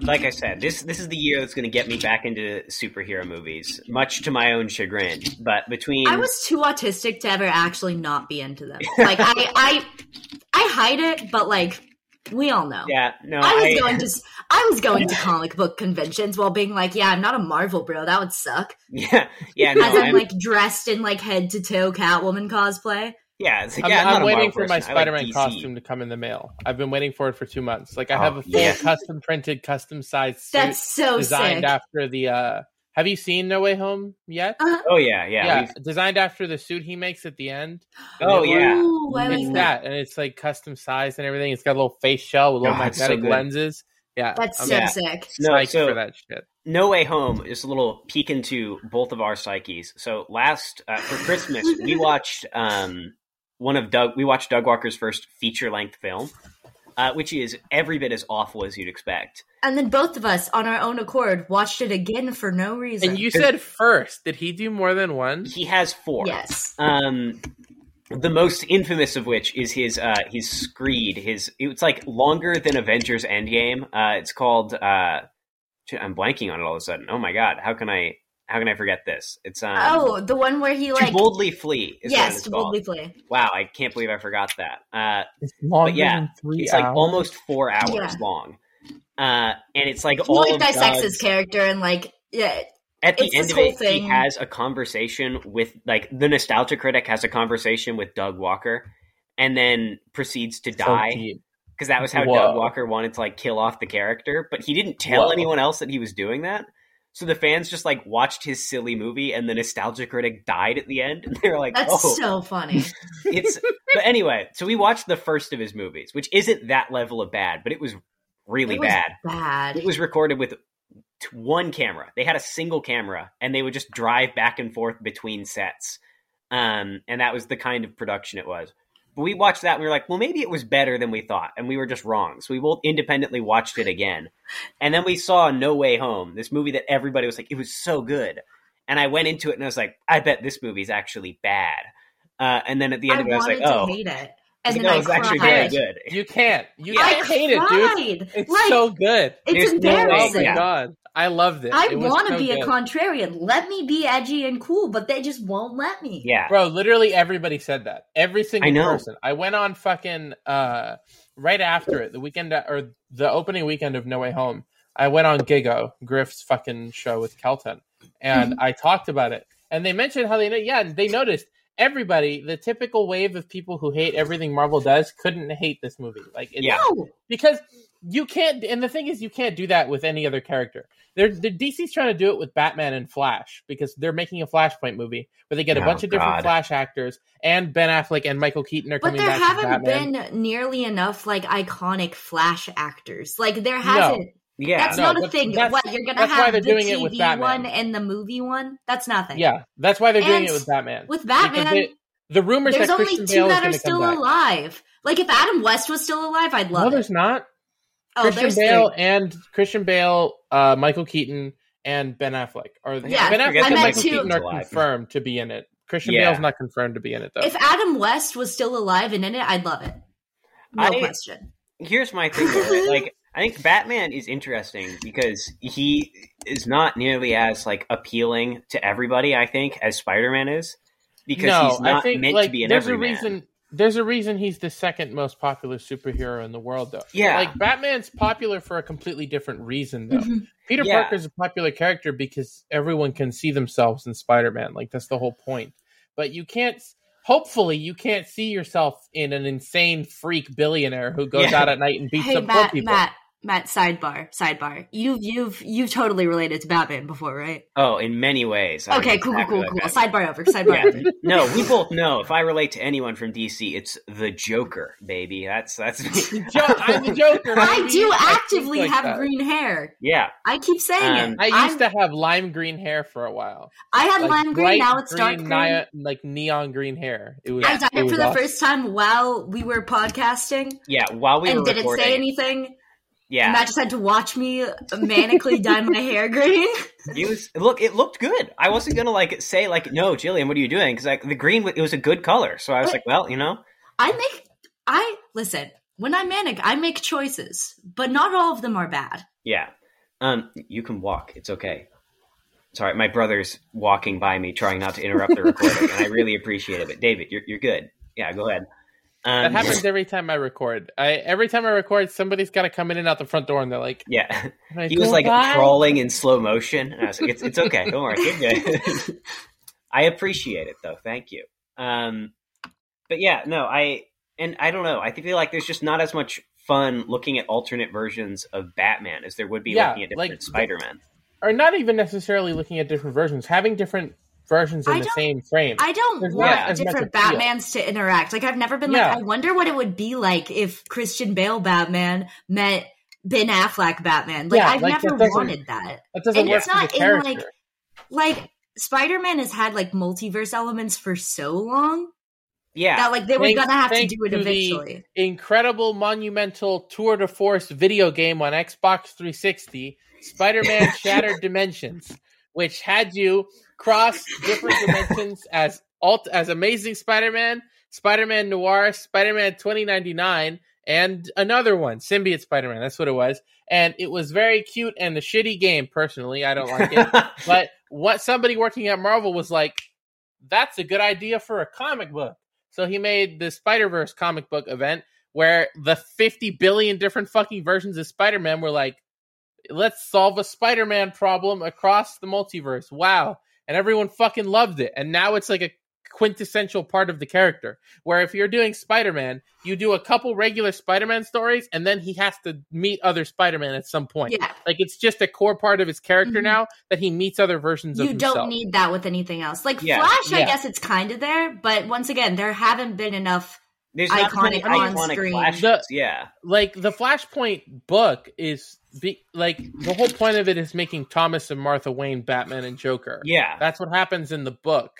Speaker 3: like I said, this this is the year that's going to get me back into superhero movies, much to my own chagrin. But between
Speaker 4: I was too autistic to ever actually not be into them. Like I, I, I hide it, but like we all know.
Speaker 3: yeah, no,
Speaker 4: I was
Speaker 3: I,
Speaker 4: going to, I was going to comic book conventions while being like, yeah, I'm not a Marvel bro. That would suck.
Speaker 3: yeah, yeah, no,
Speaker 4: As I'm,
Speaker 3: I'm,
Speaker 4: like dressed in like head to toe Catwoman cosplay.
Speaker 3: yeah, it's like,
Speaker 5: I'm,
Speaker 3: yeah,
Speaker 5: I'm
Speaker 3: not a
Speaker 5: waiting
Speaker 3: Marvel
Speaker 5: for my
Speaker 3: person. I like
Speaker 5: Spider-Man
Speaker 3: DC.
Speaker 5: costume to come in the mail. I've been waiting for it for two months. Like I
Speaker 3: Oh,
Speaker 5: have a full
Speaker 3: yeah.
Speaker 5: custom printed, custom sized suit
Speaker 4: That's so
Speaker 5: designed
Speaker 4: sick.
Speaker 5: after the. uh Have you seen No Way Home yet?
Speaker 4: Uh,
Speaker 3: Oh yeah, yeah. we've-
Speaker 5: designed after the suit he makes at the end.
Speaker 3: Oh yeah,
Speaker 4: Ooh, I
Speaker 5: it's
Speaker 4: like that.
Speaker 5: that, and it's like custom sized and everything. It's got a little face shell with little
Speaker 3: God, it's so
Speaker 5: magnetic
Speaker 3: good.
Speaker 5: lenses. Yeah,
Speaker 4: That's
Speaker 5: I'm
Speaker 4: so
Speaker 3: Yeah.
Speaker 4: sick.
Speaker 3: No,
Speaker 5: psyched
Speaker 3: so-
Speaker 5: for that shit.
Speaker 3: No Way Home is a little peek into both of our psyches. So last uh, for Christmas, we watched um, one of Doug. We watched Doug Walker's first feature length film, uh, which is every bit as awful as you'd expect.
Speaker 4: And then both of us, on our own accord, watched it again for no reason.
Speaker 5: And you said first, did he do more than one?
Speaker 3: He has four.
Speaker 4: yes,
Speaker 3: Um, the most infamous of which is his uh, his screed. His it's like longer than Avengers Endgame. Uh, it's called. Uh, shit, I'm blanking on it all of a sudden. Oh my god! How can I? How can I forget this? It's um,
Speaker 4: oh, the one where he
Speaker 3: to
Speaker 4: like
Speaker 3: boldly flee. Is what
Speaker 4: yes,
Speaker 3: it's
Speaker 4: to
Speaker 3: called.
Speaker 4: boldly play.
Speaker 3: Wow, I can't believe I forgot that. Uh,
Speaker 5: It's longer
Speaker 3: But yeah,
Speaker 5: than three
Speaker 3: it's like almost four hours
Speaker 4: Yeah.
Speaker 3: long, uh, and it's like
Speaker 4: He
Speaker 3: all
Speaker 4: like
Speaker 3: of
Speaker 4: dissects
Speaker 3: Doug's-
Speaker 4: his character and like yeah,
Speaker 3: At the
Speaker 4: it's
Speaker 3: end
Speaker 4: this
Speaker 3: of it,
Speaker 4: whole
Speaker 3: he
Speaker 4: thing.
Speaker 3: has a conversation with like the nostalgia critic has a conversation with Doug Walker, and then proceeds to die because that was how
Speaker 5: Whoa.
Speaker 3: Doug Walker wanted to like kill off the character, but he didn't tell
Speaker 5: Whoa.
Speaker 3: anyone else that he was doing that. So the fans just like watched his silly movie, and the nostalgia critic died at the end, and they were like,
Speaker 4: that's
Speaker 3: "Oh,
Speaker 4: so funny.
Speaker 3: it's but anyway so we watched the first of his movies which isn't that level of bad but it was really
Speaker 4: It was
Speaker 3: bad
Speaker 4: Bad.
Speaker 3: it was recorded with t- one camera they had a single camera and they would just drive back and forth between sets um, and that was the kind of production it was but we watched that and we were like well maybe it was better than we thought and we were just wrong so we both independently watched it again and then we saw no way home this movie that everybody was like it was so good and i went into it and i was like i bet this movie's actually bad uh, and then at the end
Speaker 4: I
Speaker 3: of it i was
Speaker 4: wanted
Speaker 3: like oh
Speaker 4: to hate it, and
Speaker 3: no,
Speaker 4: then I
Speaker 3: it's actually very
Speaker 4: cried.
Speaker 3: good
Speaker 5: You can't. You
Speaker 3: Yeah.
Speaker 5: I
Speaker 4: I
Speaker 5: hate it, dude.
Speaker 4: cried.
Speaker 5: It's
Speaker 4: like
Speaker 5: so good.
Speaker 4: it's
Speaker 3: There's no way-
Speaker 5: Oh my
Speaker 4: embarrassing.
Speaker 3: Yeah.
Speaker 5: god, I loved it.
Speaker 4: I
Speaker 5: It was
Speaker 4: want to
Speaker 5: so
Speaker 4: be
Speaker 5: good.
Speaker 4: a contrarian. Let me be edgy and cool, but they just won't let me.
Speaker 3: yeah
Speaker 5: Bro, literally everybody said that. Every single
Speaker 3: I know.
Speaker 5: person. I went on fucking uh right after it, the weekend or the opening weekend of No Way Home. I went on Gigo, Griff's fucking show with Kelton, and
Speaker 3: Mm-hmm.
Speaker 5: I talked about it. And they mentioned how they know yeah, they noticed everybody, the typical wave of people who hate everything Marvel does couldn't hate this movie. Like it's
Speaker 3: Yeah.
Speaker 4: No,
Speaker 5: because you can't and the thing is you can't do that with any other character they're, the dc's trying to do it with batman and flash because they're making a flashpoint movie where they get a
Speaker 3: Oh,
Speaker 5: bunch of different
Speaker 3: God.
Speaker 5: flash actors and ben affleck and michael keaton are
Speaker 4: but
Speaker 5: coming
Speaker 4: there
Speaker 5: back as
Speaker 4: haven't
Speaker 5: batman
Speaker 4: been nearly enough like iconic Flash actors. Like there hasn't.
Speaker 3: yeah
Speaker 4: That's
Speaker 5: No,
Speaker 4: not a
Speaker 5: but
Speaker 4: thing.
Speaker 5: that's-
Speaker 4: What you're gonna
Speaker 5: that's why
Speaker 4: have
Speaker 5: they're
Speaker 4: the
Speaker 5: doing
Speaker 4: TV
Speaker 5: it with Batman.
Speaker 4: one and the movie one. That's nothing.
Speaker 5: yeah that's why they're doing
Speaker 4: And
Speaker 5: it with batman
Speaker 4: with
Speaker 5: Because
Speaker 4: Batman,
Speaker 5: they- the rumors
Speaker 4: there's
Speaker 5: that
Speaker 4: only
Speaker 5: Christian
Speaker 4: two
Speaker 5: Bale
Speaker 4: that are
Speaker 5: is going
Speaker 4: still
Speaker 5: to come back
Speaker 4: alive. Like if Adam West was still alive, I'd
Speaker 5: no
Speaker 4: love
Speaker 5: there's
Speaker 4: it.
Speaker 5: not
Speaker 4: Oh,
Speaker 5: christian
Speaker 4: there's
Speaker 5: bale
Speaker 4: three.
Speaker 5: and christian bale uh michael keaton and ben affleck are
Speaker 4: Yeah,
Speaker 5: ben
Speaker 3: I forget
Speaker 5: affleck and
Speaker 4: that
Speaker 5: michael
Speaker 4: Matt
Speaker 5: keaton
Speaker 3: Keaton's
Speaker 5: are
Speaker 3: alive.
Speaker 5: confirmed to be in it christian
Speaker 3: Yeah.
Speaker 5: bale's not confirmed to be in it though
Speaker 4: If Adam West was still alive and in it, I'd love it. No
Speaker 3: I-
Speaker 4: question.
Speaker 3: here's my thing though, right? like i think batman is interesting because he is not nearly as like appealing to everybody i think as spider-man is because he's not meant to be an
Speaker 5: there's
Speaker 3: everyman
Speaker 5: a reason. There's a reason he's the second most popular superhero in the world, though.
Speaker 3: Yeah. Mm-hmm.
Speaker 5: like Batman's popular for a completely different reason, though.
Speaker 4: Mhm.
Speaker 5: Peter
Speaker 3: Yeah.
Speaker 5: Parker's a popular character because everyone can see themselves in Spider-Man. Like that's the whole point. But you can't. Hopefully, you can't see yourself in an insane freak billionaire who goes
Speaker 3: Yeah.
Speaker 5: out at night and beats
Speaker 4: Hey
Speaker 5: up poor
Speaker 4: Matt,
Speaker 5: people.
Speaker 4: Matt, Matt. Sidebar, sidebar. You've you've you've totally related to Batman before, right?
Speaker 3: oh in many ways I'm
Speaker 4: okay, cool, cool,
Speaker 3: exactly
Speaker 4: cool,
Speaker 3: like
Speaker 4: cool.
Speaker 3: that.
Speaker 4: Sidebar over. Sidebar. over.
Speaker 3: yeah. no we both know if i relate to anyone from dc it's the joker baby that's that's me.
Speaker 5: Jo- I'm the Joker.
Speaker 4: I do
Speaker 5: mean, I think
Speaker 4: actively
Speaker 5: like
Speaker 4: have
Speaker 5: that.
Speaker 4: green hair.
Speaker 3: yeah
Speaker 4: I keep saying
Speaker 3: Um,
Speaker 4: it.
Speaker 5: I
Speaker 4: I'm-
Speaker 5: used to have lime green hair for a while.
Speaker 4: I had
Speaker 5: like
Speaker 4: lime green.
Speaker 5: bright
Speaker 4: Now it's dark
Speaker 5: green,
Speaker 4: green.
Speaker 5: nia- like neon green hair. It was.
Speaker 4: I dyed it
Speaker 5: was
Speaker 4: for the
Speaker 5: awesome.
Speaker 4: first time while we were podcasting
Speaker 3: yeah while we
Speaker 4: and
Speaker 3: were
Speaker 4: didn't
Speaker 3: recording
Speaker 4: say anything.
Speaker 3: yeah
Speaker 4: Matt just had to watch me manically dye my hair green.
Speaker 3: It was look. It looked good. I wasn't gonna like say like no, Jillian, what are you doing? Because like the green, w- it was a good color. So I was like, well, you know,
Speaker 4: I make I listen. When I'm manic, I make choices, but not all of them are bad.
Speaker 3: Yeah. Um, you can walk. It's okay. Sorry, my brother's walking by me, trying not to interrupt the recording, and I really appreciate it. But David, you're you're good. Yeah, go ahead.
Speaker 5: That
Speaker 3: Um,
Speaker 5: happens every time I record. I every time I record, somebody's got to come in and out the front door, and they're like,
Speaker 3: Yeah,
Speaker 5: "Can I
Speaker 3: he was
Speaker 5: go
Speaker 3: like
Speaker 5: by?"
Speaker 3: crawling in slow motion, and I was like, "It's it's okay, don't worry, you're good." I appreciate it though, thank you. Um, but yeah, no, I and I don't know. I feel like there's just not as much fun looking at alternate versions of Batman as there would be
Speaker 5: Yeah,
Speaker 3: looking at different
Speaker 5: like-
Speaker 3: Spider-Man.
Speaker 5: or not even necessarily looking at different versions, having different versions in
Speaker 4: I
Speaker 5: the
Speaker 4: don't-
Speaker 5: same frame.
Speaker 4: I don't
Speaker 5: There's
Speaker 4: want
Speaker 5: not as much
Speaker 4: different
Speaker 5: appeal.
Speaker 4: Batmans to interact. Like I've never been
Speaker 5: Yeah.
Speaker 4: like, I wonder what it would be like if Christian Bale Batman met Ben Affleck Batman. Like
Speaker 5: Yeah,
Speaker 4: I've
Speaker 5: like,
Speaker 4: never
Speaker 5: that doesn't-
Speaker 4: wanted that.
Speaker 5: that doesn't
Speaker 4: and
Speaker 5: work
Speaker 4: it's
Speaker 5: for
Speaker 4: not
Speaker 5: the
Speaker 4: in,
Speaker 5: character.
Speaker 4: like- Like Spider Man has had like multiverse elements for so long
Speaker 3: Yeah,
Speaker 4: that like they were
Speaker 5: Thanks-
Speaker 4: gonna have to
Speaker 5: thanks
Speaker 4: do it
Speaker 5: to the-
Speaker 4: eventually.
Speaker 5: Incredible, monumental tour de force video game on Xbox 360, Spider-Man Shattered Dimensions, which had you cross different dimensions as alt as Amazing Spider-Man, Spider-Man Noir, Spider-Man 2099, and another one, Symbiote Spider-Man. That's what it was, and it was very cute and a shitty game. Personally, I don't like it. But what somebody working at Marvel was like, that's a good idea for a comic book. So he made the Spider Verse comic book event where the 50 billion different fucking versions of Spider Man were like, let's solve a Spider Man problem across the multiverse. Wow. And everyone fucking loved it. And now it's like a quintessential part of the character where if you're doing Spider Man, you do a couple regular Spider Man stories and then he has to meet other Spider Man at some point.
Speaker 4: Yeah.
Speaker 5: Like it's just a core part of his character
Speaker 4: Mhm.
Speaker 5: now that he meets other versions of
Speaker 4: You
Speaker 5: himself.
Speaker 4: don't need that with anything else. Like
Speaker 3: Yeah,
Speaker 4: Flash, I
Speaker 5: yeah.
Speaker 4: guess it's kind of there, but once again, there haven't been enough.
Speaker 3: there's not as many
Speaker 4: iconic on
Speaker 3: iconic
Speaker 4: screen.
Speaker 3: flashes.
Speaker 5: The-
Speaker 3: yeah,
Speaker 5: like the Flashpoint book is be, like the whole point of it is making Thomas and Martha Wayne Batman and Joker.
Speaker 3: yeah,
Speaker 5: That's what happens in the book.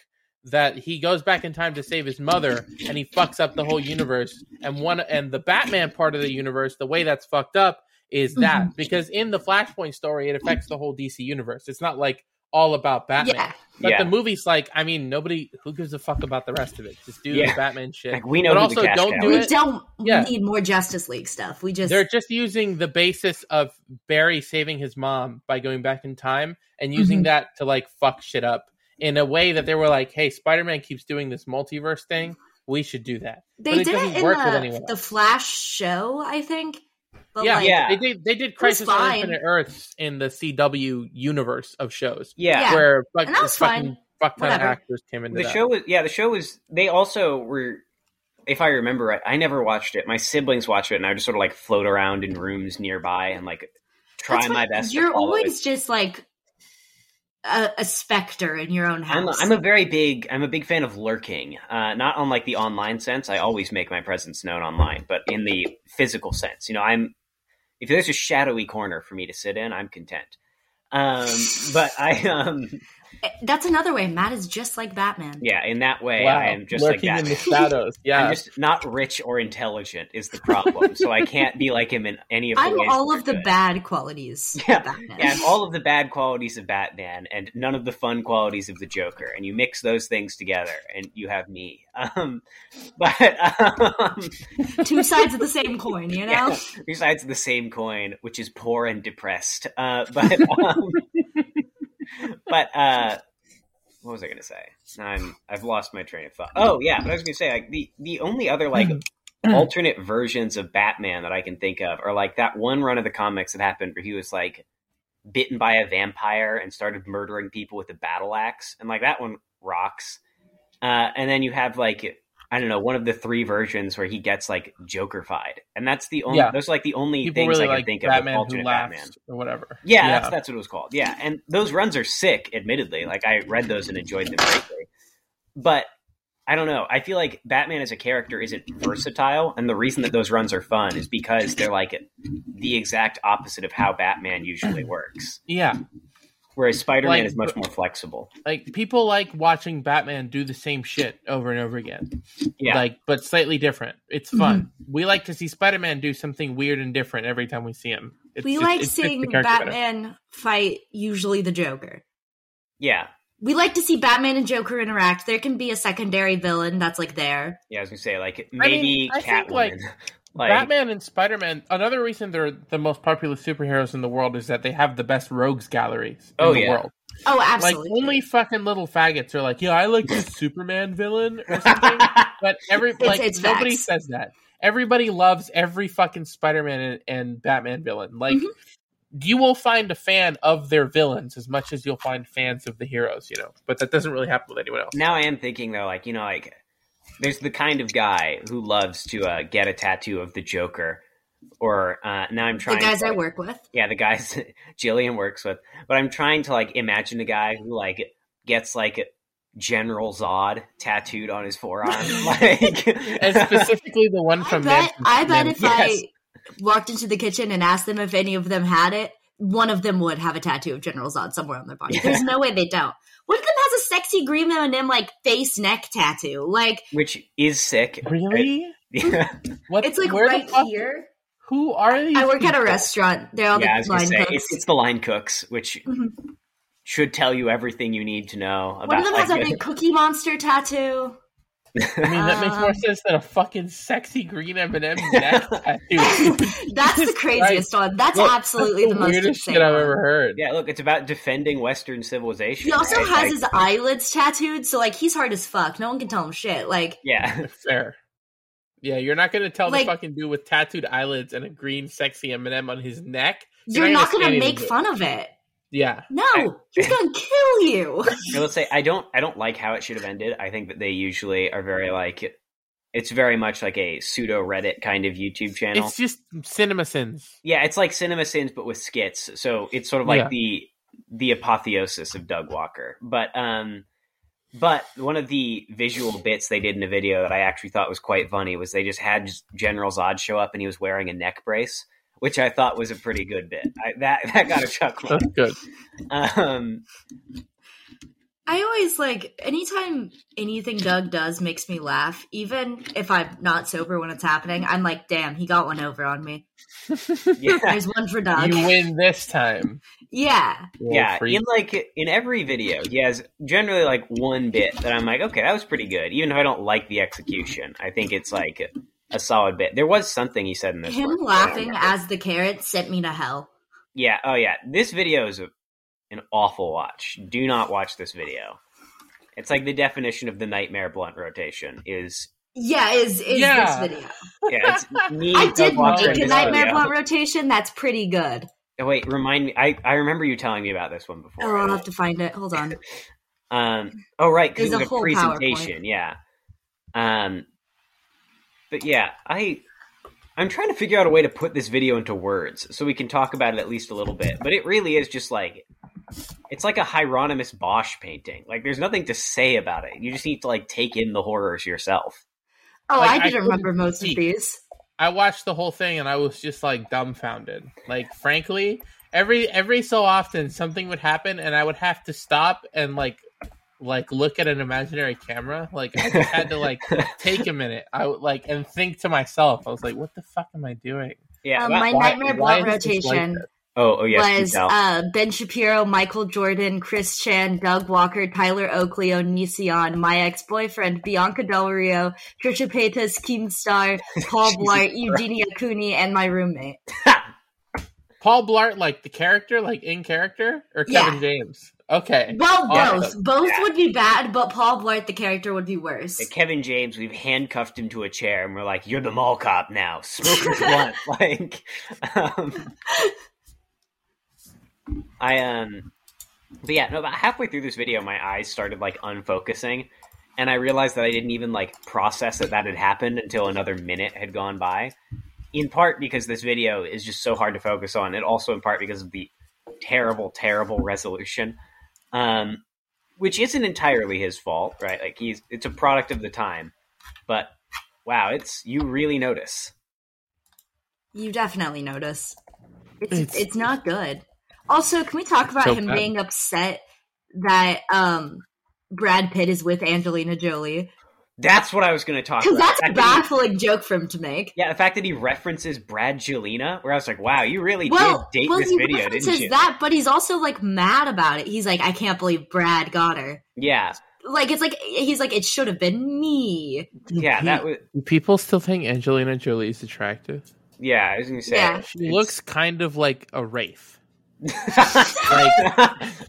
Speaker 5: That he goes back in time to save his mother, and he fucks up the whole universe. And one and the Batman part of the universe, the way that's fucked up is that
Speaker 4: Mm-hmm.
Speaker 5: because in the Flashpoint story, it affects the whole DC universe. It's not like all about Batman.
Speaker 4: Yeah,
Speaker 5: But
Speaker 3: yeah.
Speaker 5: the movie's like, I mean, nobody who gives a fuck about the rest of it. Just do
Speaker 3: Yeah.
Speaker 5: the Batman shit.
Speaker 3: Like, we know who
Speaker 5: but
Speaker 3: the
Speaker 5: also
Speaker 3: cash
Speaker 5: don't
Speaker 3: cow
Speaker 5: do
Speaker 4: we
Speaker 5: it.
Speaker 4: don't
Speaker 5: Yeah.
Speaker 4: need more Justice League stuff. We just
Speaker 5: They're just using the basis of Barry saving his mom by going back in time and using
Speaker 4: Mhm.
Speaker 5: that to like fuck shit up in a way that they were like, "Hey, Spider Man keeps doing this multiverse thing. We should do that."
Speaker 4: they
Speaker 5: but it
Speaker 4: did
Speaker 5: doesn't
Speaker 4: it in
Speaker 5: work with anyone
Speaker 4: the, the Flash show, I think. But
Speaker 5: yeah,
Speaker 4: like,
Speaker 3: Yeah.
Speaker 5: they did. They did Crisis on
Speaker 4: fine.
Speaker 5: Infinite Earths in the CW universe of shows
Speaker 3: yeah.
Speaker 4: Yeah.
Speaker 5: where fuck,
Speaker 4: And that was
Speaker 5: fucking
Speaker 4: fine.
Speaker 5: fuck ton of
Speaker 4: Whatever.
Speaker 5: actors came into
Speaker 3: the
Speaker 5: that.
Speaker 3: show was yeah the show was they also were if i remember right i never watched it my siblings watched it and i would just sort of like float around in rooms nearby and like try
Speaker 4: That's
Speaker 3: my
Speaker 4: what-
Speaker 3: best
Speaker 4: You're
Speaker 3: to follow
Speaker 4: always
Speaker 3: it.
Speaker 4: just like a, a specter in your own
Speaker 3: I'm a,
Speaker 4: house.
Speaker 3: I'm a very big i'm a big fan of lurking uh, not on like the online sense i always make my presence known online but in the physical sense you know i'm if there's a shadowy corner for me to sit in i'm content um, but i um
Speaker 4: Eh, That's another way. Matt is just like Batman.
Speaker 3: yeah in that way
Speaker 5: Wow,
Speaker 3: i am just like
Speaker 5: lurking
Speaker 3: that
Speaker 5: in the shadows. Yeah,
Speaker 3: I'm just not rich or intelligent is the problem. so I can't be like him in any of the
Speaker 4: I'm
Speaker 3: ways
Speaker 4: all
Speaker 3: that
Speaker 4: of the
Speaker 3: we're good.
Speaker 4: bad qualities. of
Speaker 3: Yeah.
Speaker 4: Batman.
Speaker 3: Yeah, I'm all of the bad qualities of Batman and none of the fun qualities of the Joker, and you mix those things together, and you have me. Um, but um,
Speaker 4: Two sides of the same coin, you know?
Speaker 3: yeah, two sides of the same coin, which is poor and depressed. Uh, but um, but uh, what was I going to say? I'm I've lost my train of thought. Oh yeah, but I was going to say like the the only other like
Speaker 5: Hmm.
Speaker 3: alternate versions of Batman that I can think of are like that one run of the comics that happened where he was like bitten by a vampire and started murdering people with a battle axe, and like that one rocks. Uh, and then you have like I don't know one of the three versions where he gets like Jokerfied, and that's the only
Speaker 5: Yeah.
Speaker 3: those are like the only
Speaker 5: people
Speaker 3: things
Speaker 5: really
Speaker 3: I can
Speaker 5: like
Speaker 3: think
Speaker 5: Batman
Speaker 3: of with
Speaker 5: who
Speaker 3: alternate
Speaker 5: laughs
Speaker 3: Batman.
Speaker 5: or whatever.
Speaker 3: Yeah, That's, that's what it was called. Yeah, and those runs are sick. Admittedly, like I read those and enjoyed them greatly, but I don't know. I feel like Batman as a character isn't versatile, and the reason that those runs are fun is because they're like the exact opposite of how Batman usually works.
Speaker 5: yeah.
Speaker 3: Whereas Spider Man
Speaker 5: Like-
Speaker 3: is much more flexible.
Speaker 5: like people like watching Batman do the same shit over and over again.
Speaker 3: Yeah.
Speaker 5: Like but slightly different. It's
Speaker 4: Mm-hmm.
Speaker 5: fun. We like to see Spider-Man do something weird and different every time we see him. It's
Speaker 4: we
Speaker 5: just-
Speaker 4: like
Speaker 5: it fits the
Speaker 4: seeing
Speaker 5: character better.
Speaker 4: Batman fight usually the Joker.
Speaker 3: yeah,
Speaker 4: we like to see Batman and Joker interact. There can be a secondary villain that's like there.
Speaker 3: Yeah, I was gonna say like maybe
Speaker 5: I
Speaker 3: Catwoman.
Speaker 5: think, like,
Speaker 3: Like,
Speaker 5: Batman and Spider Man. Another reason they're the most popular superheroes in the world is that they have the best rogues galleries in
Speaker 3: Oh,
Speaker 5: the
Speaker 3: yeah.
Speaker 5: world.
Speaker 4: Oh, absolutely.
Speaker 5: Like only fucking little faggots are like, yeah, I like this Superman villain or something. but every like
Speaker 4: it's
Speaker 5: nobody
Speaker 4: facts.
Speaker 5: says that. Everybody loves every fucking Spider-Man and, and Batman villain. Like
Speaker 4: Mm-hmm.
Speaker 5: you will find a fan of their villains as much as you'll find fans of the heroes, you know. But that doesn't really happen with anyone else.
Speaker 3: now I am thinking though, like you know, like there's the kind of guy who loves to uh, get a tattoo of the Joker, or uh, now I'm
Speaker 4: the
Speaker 3: trying.
Speaker 4: guys
Speaker 3: to,
Speaker 4: I
Speaker 3: like-
Speaker 4: work with.
Speaker 3: Yeah, the guys Jillian works with, but I'm trying to like imagine a guy who like gets like General Zod tattooed on his forearm, like
Speaker 5: And specifically the one
Speaker 4: I
Speaker 5: from
Speaker 4: bet,
Speaker 5: Manson-
Speaker 4: I bet if
Speaker 5: Manson- Yes.
Speaker 4: I walked into the kitchen and asked them if any of them had it, one of them would have a tattoo of General Zod somewhere on their body. There's no way they don't. One of them has a sexy Green M like face neck tattoo. Like
Speaker 3: which is sick.
Speaker 5: Really?
Speaker 3: Yeah.
Speaker 5: What
Speaker 4: it's like
Speaker 5: where the
Speaker 4: right
Speaker 5: fuck-
Speaker 4: here.
Speaker 5: Who are these?
Speaker 4: I work at a
Speaker 5: people?
Speaker 4: restaurant. They're all
Speaker 3: yeah, I was
Speaker 4: the
Speaker 3: gonna
Speaker 4: line
Speaker 3: say
Speaker 4: cooks. Mm-hmm.
Speaker 3: it's, it's the line cooks, which should tell you everything you need to know
Speaker 4: One
Speaker 3: about.
Speaker 4: of them has a
Speaker 3: like,
Speaker 4: big Cookie Monster tattoo.
Speaker 5: I mean, that makes more
Speaker 4: Um,
Speaker 5: sense than a fucking sexy green M&M neck tattoo.
Speaker 4: That's the craziest one. That's
Speaker 5: Look,
Speaker 4: absolutely
Speaker 5: That's
Speaker 4: the, most
Speaker 5: weirdest
Speaker 4: insane
Speaker 5: shit I've
Speaker 4: one.
Speaker 5: ever heard.
Speaker 3: yeah, look, it's about defending Western civilization.
Speaker 4: He also
Speaker 3: right?
Speaker 4: has
Speaker 3: Like,
Speaker 4: his eyelids tattooed, so like he's hard as fuck. No one can tell him shit. Like
Speaker 3: yeah,
Speaker 5: Fair. Yeah, you're not gonna tell
Speaker 4: Like-
Speaker 5: the fucking dude with tattooed eyelids and a green sexy M&M on his neck.
Speaker 4: you're not gonna
Speaker 5: skate
Speaker 4: make
Speaker 5: into it.
Speaker 4: fun of it.
Speaker 5: Yeah,
Speaker 4: No, he's gonna kill you.
Speaker 3: I will say I don't, I don't like how it should have ended. I think that they usually are very like, it's very much like a pseudo Reddit kind of YouTube channel.
Speaker 5: it's just CinemaSins.
Speaker 3: yeah, it's like CinemaSins but with skits. So it's sort of like
Speaker 5: Yeah.
Speaker 3: the the apotheosis of Doug Walker. But um but one of the visual bits they did in a video that I actually thought was quite funny was they just had General Zod show up and he was wearing a neck brace, which I thought was a pretty good bit. I, that that got a chuckle.
Speaker 5: That's good.
Speaker 3: Um,
Speaker 4: I always like anytime anything Doug does makes me laugh. Even if I'm not sober when it's happening, I'm like, damn, he got one over on me.
Speaker 3: yeah,
Speaker 4: There's one for Doug.
Speaker 5: You win this time.
Speaker 4: yeah.
Speaker 5: little
Speaker 3: yeah.
Speaker 5: freak.
Speaker 3: In like in every video, he has generally like one bit that I'm like, okay, that was pretty good. Even if I don't like the execution, I think it's like a solid bit. There was something he said in this.
Speaker 4: Him
Speaker 3: one.
Speaker 4: laughing as the carrot sent me to hell.
Speaker 3: Yeah. Oh, yeah. This video is a, an awful watch. Do not watch this video. It's like the definition of the nightmare blunt rotation is.
Speaker 4: Yeah, is is
Speaker 5: Yeah.
Speaker 4: this video.
Speaker 3: Yeah, it's me.
Speaker 4: I
Speaker 3: Doug
Speaker 4: did
Speaker 3: Walker,
Speaker 5: Walker
Speaker 4: make
Speaker 3: and
Speaker 4: a
Speaker 3: this
Speaker 4: nightmare
Speaker 3: video.
Speaker 4: blunt rotation. That's pretty good.
Speaker 3: Oh, wait, remind me. I, I remember you telling me about this one
Speaker 4: Oh,
Speaker 3: before.
Speaker 4: I'll have to find it. Hold on.
Speaker 3: um. Oh, right, because
Speaker 4: There's
Speaker 3: it was
Speaker 4: a
Speaker 3: a,
Speaker 4: whole
Speaker 3: presentation. Yeah. Um. But yeah, I I'm trying to figure out a way to put this video into words so we can talk about it at least a little bit. But it really is just like it's like a Hieronymus Bosch painting. Like there's nothing to say about it. You just need to like take in the horrors yourself.
Speaker 4: Oh,
Speaker 5: Like,
Speaker 4: I
Speaker 5: I
Speaker 4: didn't
Speaker 5: couldn't
Speaker 4: remember most of
Speaker 5: speak.
Speaker 4: these.
Speaker 5: I watched the whole thing and I was just like dumbfounded. Like frankly, every every so often something would happen and I would have to stop and like like look at an imaginary camera. Like I just had to like take a minute. I would like and think to myself. I was like, what the fuck am I doing?
Speaker 3: Yeah.
Speaker 4: Um,
Speaker 3: well-
Speaker 4: my
Speaker 5: why-
Speaker 4: nightmare
Speaker 5: why
Speaker 4: blunt
Speaker 5: is this like
Speaker 4: rotation
Speaker 5: this?
Speaker 3: oh, oh yes.
Speaker 4: was uh, Ben Shapiro, Michael Jordan, Chris Chan, Doug Walker, Tyler Oakley, Onision, my ex-boyfriend, Bianca Del Rio, Trisha Paytas, Keemstar, Paul Blart, Eugenia Cooney, and my roommate.
Speaker 5: Paul Blart, like the character, like in character, or
Speaker 4: Yeah.
Speaker 5: Kevin James? Okay.
Speaker 4: Well,
Speaker 5: Yeah.
Speaker 4: both. Both would be bad, but Paul Blart, the character, would be worse.
Speaker 3: Kevin James, we've handcuffed him to a chair and we're like, "You're the mall cop now. Smoke your blunt." like, um, I um, but yeah, no. About halfway through this video, my eyes started like unfocusing, and I realized that I didn't even like process that that had happened until another minute had gone by. In part because this video is just so hard to focus on, and also in part because of the terrible, terrible resolution. Um, which isn't entirely his fault, right? Like he's it's a product of the time. But wow, it's you really notice.
Speaker 4: You definitely notice. It's it's,
Speaker 5: It's-
Speaker 4: not good. Also, can we talk about
Speaker 5: So
Speaker 4: him
Speaker 5: bad.
Speaker 4: being upset that um Brad Pitt is with Angelina Jolie?
Speaker 3: That's what I was going to talk
Speaker 4: Because
Speaker 3: about.
Speaker 4: that's
Speaker 3: The
Speaker 4: a
Speaker 3: fact Uh, that he-
Speaker 4: baffling joke for him to make.
Speaker 3: yeah, the fact that he references Brad Gelina, where I was like, wow, you really
Speaker 4: Well,
Speaker 3: did date
Speaker 4: well,
Speaker 3: this
Speaker 4: he
Speaker 3: video, didn't
Speaker 4: references
Speaker 3: you?
Speaker 4: that, but he's also like mad about it. He's like, I can't believe Brad got her.
Speaker 3: yeah,
Speaker 4: Like it's like he's like, it should have been me.
Speaker 3: yeah, that was.
Speaker 5: Do people still think Angelina Jolie is attractive?
Speaker 3: Yeah, I was going to say.
Speaker 4: Yeah.
Speaker 5: She looks kind of like a wraith.
Speaker 3: like,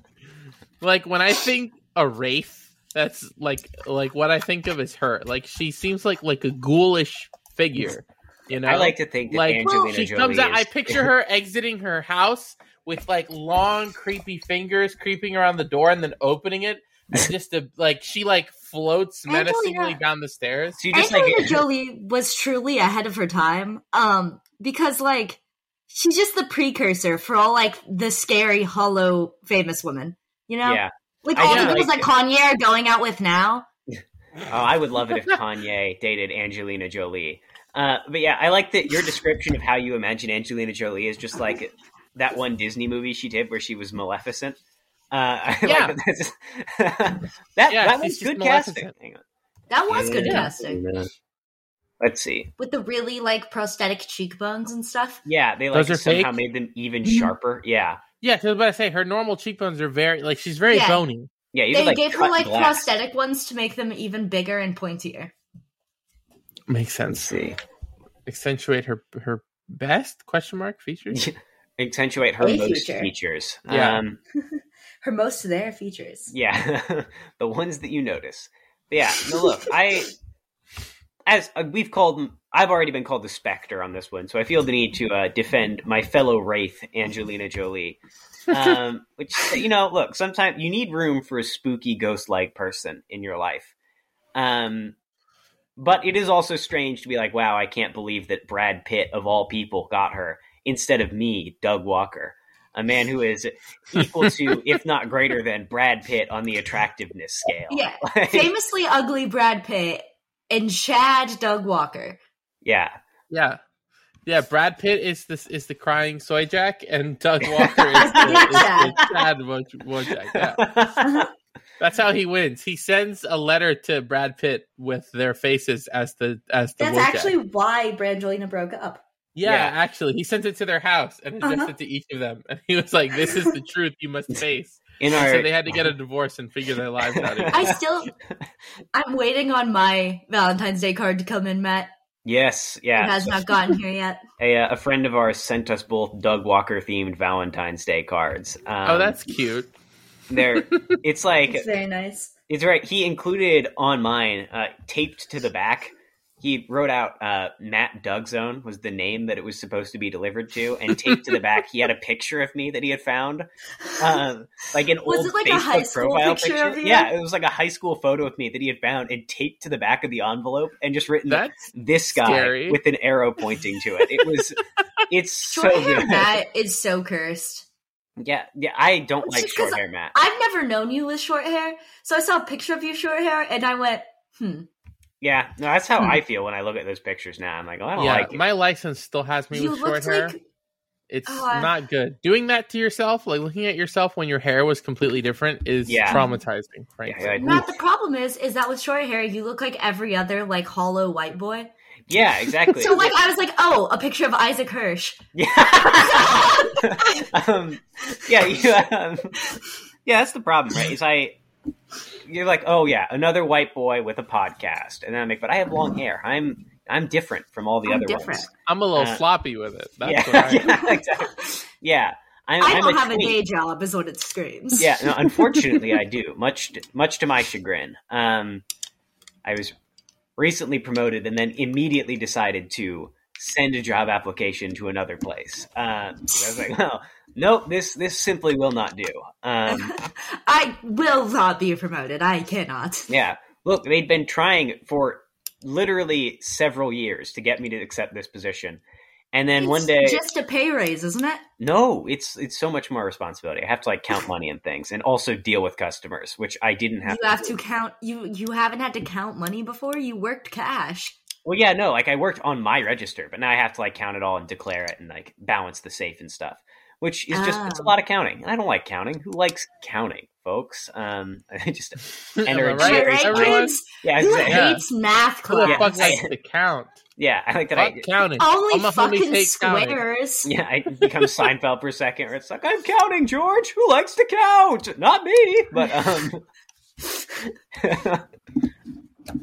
Speaker 5: Like when I think a wraith, that's like like what I think of is her. Like she seems like like a ghoulish figure. You know,
Speaker 3: I like to think that
Speaker 5: Like,
Speaker 3: Angelina
Speaker 5: she
Speaker 3: Jolie
Speaker 5: comes out.
Speaker 3: is-
Speaker 5: I picture her exiting her house with like long, creepy fingers creeping around the door and then opening it. And just a, like she like floats
Speaker 4: Angelina-
Speaker 5: menacingly down the stairs.
Speaker 3: So you just
Speaker 4: Angelina
Speaker 3: like
Speaker 4: Jolie was truly ahead of her time. Um, because like she's just the precursor for all like the scary, hollow, famous women. You know,
Speaker 3: yeah.
Speaker 4: like
Speaker 3: I
Speaker 4: all
Speaker 3: know,
Speaker 4: the girls
Speaker 3: like-
Speaker 4: that Kanye are going out with now.
Speaker 3: Oh, I would love it if Kanye dated Angelina Jolie. Uh, but yeah, I like that your description of how you imagine Angelina Jolie is just like that one Disney movie she did where she was Maleficent. Uh, I like
Speaker 5: Yeah.
Speaker 3: that. That's, that,
Speaker 5: Yeah,
Speaker 3: that
Speaker 5: she's
Speaker 3: was
Speaker 5: just
Speaker 3: good
Speaker 5: Maleficent.
Speaker 3: casting. Hang on.
Speaker 4: That was good
Speaker 3: Yeah.
Speaker 4: casting
Speaker 3: Let's see.
Speaker 4: with the really like prosthetic cheekbones and stuff.
Speaker 3: Yeah, they like
Speaker 5: Those are
Speaker 3: somehow
Speaker 5: fake? Mm-hmm.
Speaker 3: made them even sharper. Yeah,
Speaker 5: Yeah, 'cause I was about to say her normal cheekbones are very like she's very
Speaker 4: Yeah.
Speaker 5: bony.
Speaker 3: yeah. You
Speaker 4: they
Speaker 3: could, like,
Speaker 4: gave her
Speaker 3: cut
Speaker 4: like
Speaker 3: glass.
Speaker 4: prosthetic ones to make them even bigger and pointier.
Speaker 5: Makes
Speaker 3: Let's
Speaker 5: sense.
Speaker 3: see.
Speaker 5: Accentuate her her best question mark features.
Speaker 3: Accentuate her
Speaker 4: Way
Speaker 3: most
Speaker 4: future.
Speaker 3: features.
Speaker 5: Yeah.
Speaker 3: Um,
Speaker 4: Her most of their features.
Speaker 3: Yeah, the ones that you notice. But yeah, no, look, I as uh, we've called, I've already been called the specter on this one, so I feel the need to uh, defend my fellow wraith, Angelina Jolie. Um, which you know, look, sometimes you need room for a spooky ghost-like person in your life. Um, but it is also strange to be like, wow, I can't believe that Brad Pitt of all people got her instead of me, Doug Walker, a man who is equal to, if not greater than, Brad Pitt on the attractiveness scale.
Speaker 4: Yeah.
Speaker 3: Like,
Speaker 4: Famously ugly Brad Pitt and Chad Doug Walker.
Speaker 3: yeah.
Speaker 5: Yeah. Yeah, Brad Pitt is this is the crying soy jack, and Doug Walker is the, is the sad wo- Wojak. Yeah. That's how he wins. He sends a letter to Brad Pitt with their faces as the as the
Speaker 4: That's
Speaker 5: Wojak.
Speaker 4: actually why Brangelina broke up.
Speaker 5: yeah,
Speaker 3: Yeah.
Speaker 5: actually, he sent it to their house and addressed
Speaker 4: Uh-huh.
Speaker 5: it to each of them, and he was like, "This is the truth you must face."
Speaker 3: In
Speaker 5: And
Speaker 3: our,
Speaker 5: So they had to get a divorce and figure their lives out. Again.
Speaker 4: I still I'm waiting on my Valentine's Day card to come in, Matt.
Speaker 3: yes,
Speaker 4: It
Speaker 3: yeah.
Speaker 4: has not gotten here yet.
Speaker 3: A, uh, a friend of ours sent us both Doug Walker themed Valentine's Day cards. Um,
Speaker 5: oh, that's cute.
Speaker 3: they're it's like
Speaker 4: It's very nice.
Speaker 3: It's right. He included on mine, uh, taped to the back. He wrote out uh, Matt Dugzone was the name that it was supposed to be delivered to, and taped to the back, he had a picture of me that he had found, um, like an
Speaker 4: Was
Speaker 3: old
Speaker 4: it like a
Speaker 3: Facebook
Speaker 4: high school
Speaker 3: profile
Speaker 4: picture
Speaker 3: picture.
Speaker 4: of you?
Speaker 3: Yeah, it was like a high school photo of me that he had found and taped to the back of the envelope, and just written
Speaker 5: That's
Speaker 3: "this guy"
Speaker 5: scary.
Speaker 3: with an arrow pointing to it. It was, it's
Speaker 4: Short
Speaker 3: so
Speaker 4: hair
Speaker 3: good.
Speaker 4: Matt is so cursed.
Speaker 3: Yeah, yeah. I don't
Speaker 4: It's
Speaker 3: like
Speaker 4: just 'cause
Speaker 3: short hair, Matt.
Speaker 4: I've never known you with short hair, so I saw a picture of you short hair and I went, hmm.
Speaker 3: Yeah, no, that's how
Speaker 4: Hmm.
Speaker 3: I feel when I look at those pictures now. I'm like, oh, I don't
Speaker 5: yeah.
Speaker 3: like it.
Speaker 5: my license still has me
Speaker 4: you
Speaker 5: with short
Speaker 4: looked
Speaker 5: hair.
Speaker 4: like
Speaker 5: it's
Speaker 4: Oh, I-
Speaker 5: not good. Doing that to yourself, like looking at yourself when your hair was completely different, is
Speaker 3: Yeah.
Speaker 5: traumatizing. Right?
Speaker 3: Yeah, like,
Speaker 4: Matt, the problem is is that with short hair you look like every other like hollow white boy.
Speaker 3: Yeah, exactly.
Speaker 4: So like I was like, oh, a picture of Isaac Hirsch.
Speaker 3: yeah, um, yeah, you, um, yeah. That's the problem, right? Is I you're like, oh yeah, another white boy with a podcast, and then I'm like, but I have long hair. I'm I'm different from all the
Speaker 4: I'm
Speaker 3: other
Speaker 4: different.
Speaker 3: ones.
Speaker 5: I'm a little
Speaker 3: Uh,
Speaker 5: sloppy with it. That's
Speaker 3: yeah,
Speaker 5: what I,
Speaker 3: yeah, exactly. Yeah, I'm,
Speaker 4: I
Speaker 3: I'm
Speaker 4: don't have a
Speaker 3: twink.
Speaker 4: day job, is what it screams.
Speaker 3: Yeah, no, unfortunately, I do. Much, to, much to my chagrin. Um, I was recently promoted, and then immediately decided to send a job application to another place. Uh, I was like, "Well, nope this this simply will not do." Um,
Speaker 4: I will not be promoted. I cannot.
Speaker 3: yeah, look, they'd been trying for literally several years to get me to accept this position, and then one
Speaker 4: It's
Speaker 3: day,
Speaker 4: just a pay raise, isn't it?
Speaker 3: no, it's it's so much more responsibility. I have to like count money and things, and also deal with customers, which I didn't have.
Speaker 4: You have to count. You you haven't had to count money before. You worked cash.
Speaker 3: Well, yeah, no, like I worked on my register, but now I have to like count it all and declare it and like balance the safe and stuff, which is just it's a
Speaker 4: Oh.
Speaker 3: lot of counting. And I don't like counting. Who likes counting? folks. Um, I just
Speaker 5: Am I
Speaker 3: Energy.
Speaker 5: right,
Speaker 4: Am I right,
Speaker 5: everyone?
Speaker 4: kids?
Speaker 3: yeah, I was
Speaker 4: Who
Speaker 3: gonna say-
Speaker 5: Yeah.
Speaker 4: hates math
Speaker 5: Who the
Speaker 3: Yeah.
Speaker 5: fuck
Speaker 4: class?
Speaker 5: likes to count?
Speaker 3: yeah, I like that.
Speaker 5: Fuck
Speaker 3: I
Speaker 5: counting.
Speaker 4: Only
Speaker 5: I'm a homie
Speaker 4: fucking
Speaker 5: fake counting.
Speaker 4: squares.
Speaker 3: yeah, I become Seinfeld for a second, where it's like I'm counting, George. Who likes to count? Not me. But um,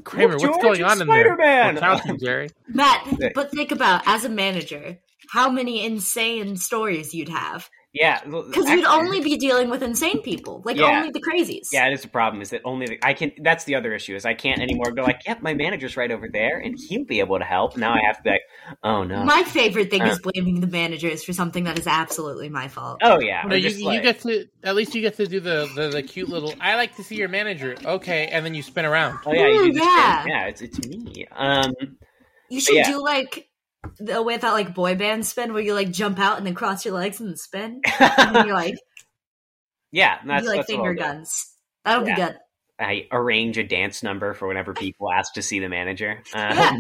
Speaker 5: Kramer,
Speaker 3: Look, George,
Speaker 5: what's going
Speaker 3: it's
Speaker 5: on in there?
Speaker 3: Spider-Man.
Speaker 5: We're counting, Jerry.
Speaker 4: Matt,
Speaker 3: Right.
Speaker 4: but think about as a manager, how many insane stories you'd have
Speaker 3: yeah,
Speaker 4: because you'd only be dealing with insane people, like
Speaker 3: Yeah.
Speaker 4: only the crazies.
Speaker 3: Yeah, it is the problem. Is that only the, I can? That's the other issue. Is I can't anymore go like, yep, my manager's right over there, and he'll be able to help. Now I have to be like, oh no,
Speaker 4: My favorite thing is blaming the managers for something that is absolutely my fault.
Speaker 3: oh yeah. I'm
Speaker 5: No, you,
Speaker 3: just
Speaker 5: you
Speaker 3: like-
Speaker 5: get to at least you get to do the, the the cute little. I like to see your manager. Okay, and then you spin around.
Speaker 3: Oh yeah, you do
Speaker 4: Ooh,
Speaker 3: this thing.
Speaker 4: yeah.
Speaker 3: yeah. It's it's me. Um,
Speaker 4: You should
Speaker 3: Yeah.
Speaker 4: do like the way that like boy band spin where you like jump out and then cross your legs and spin. And then you're like
Speaker 3: yeah,
Speaker 4: you
Speaker 3: that's, that's what
Speaker 4: like
Speaker 3: I'll
Speaker 4: finger
Speaker 3: do.
Speaker 4: guns. That'll be
Speaker 3: Yeah.
Speaker 4: good.
Speaker 3: I arrange a dance number for whenever people ask to see the manager. Um,
Speaker 4: Yeah.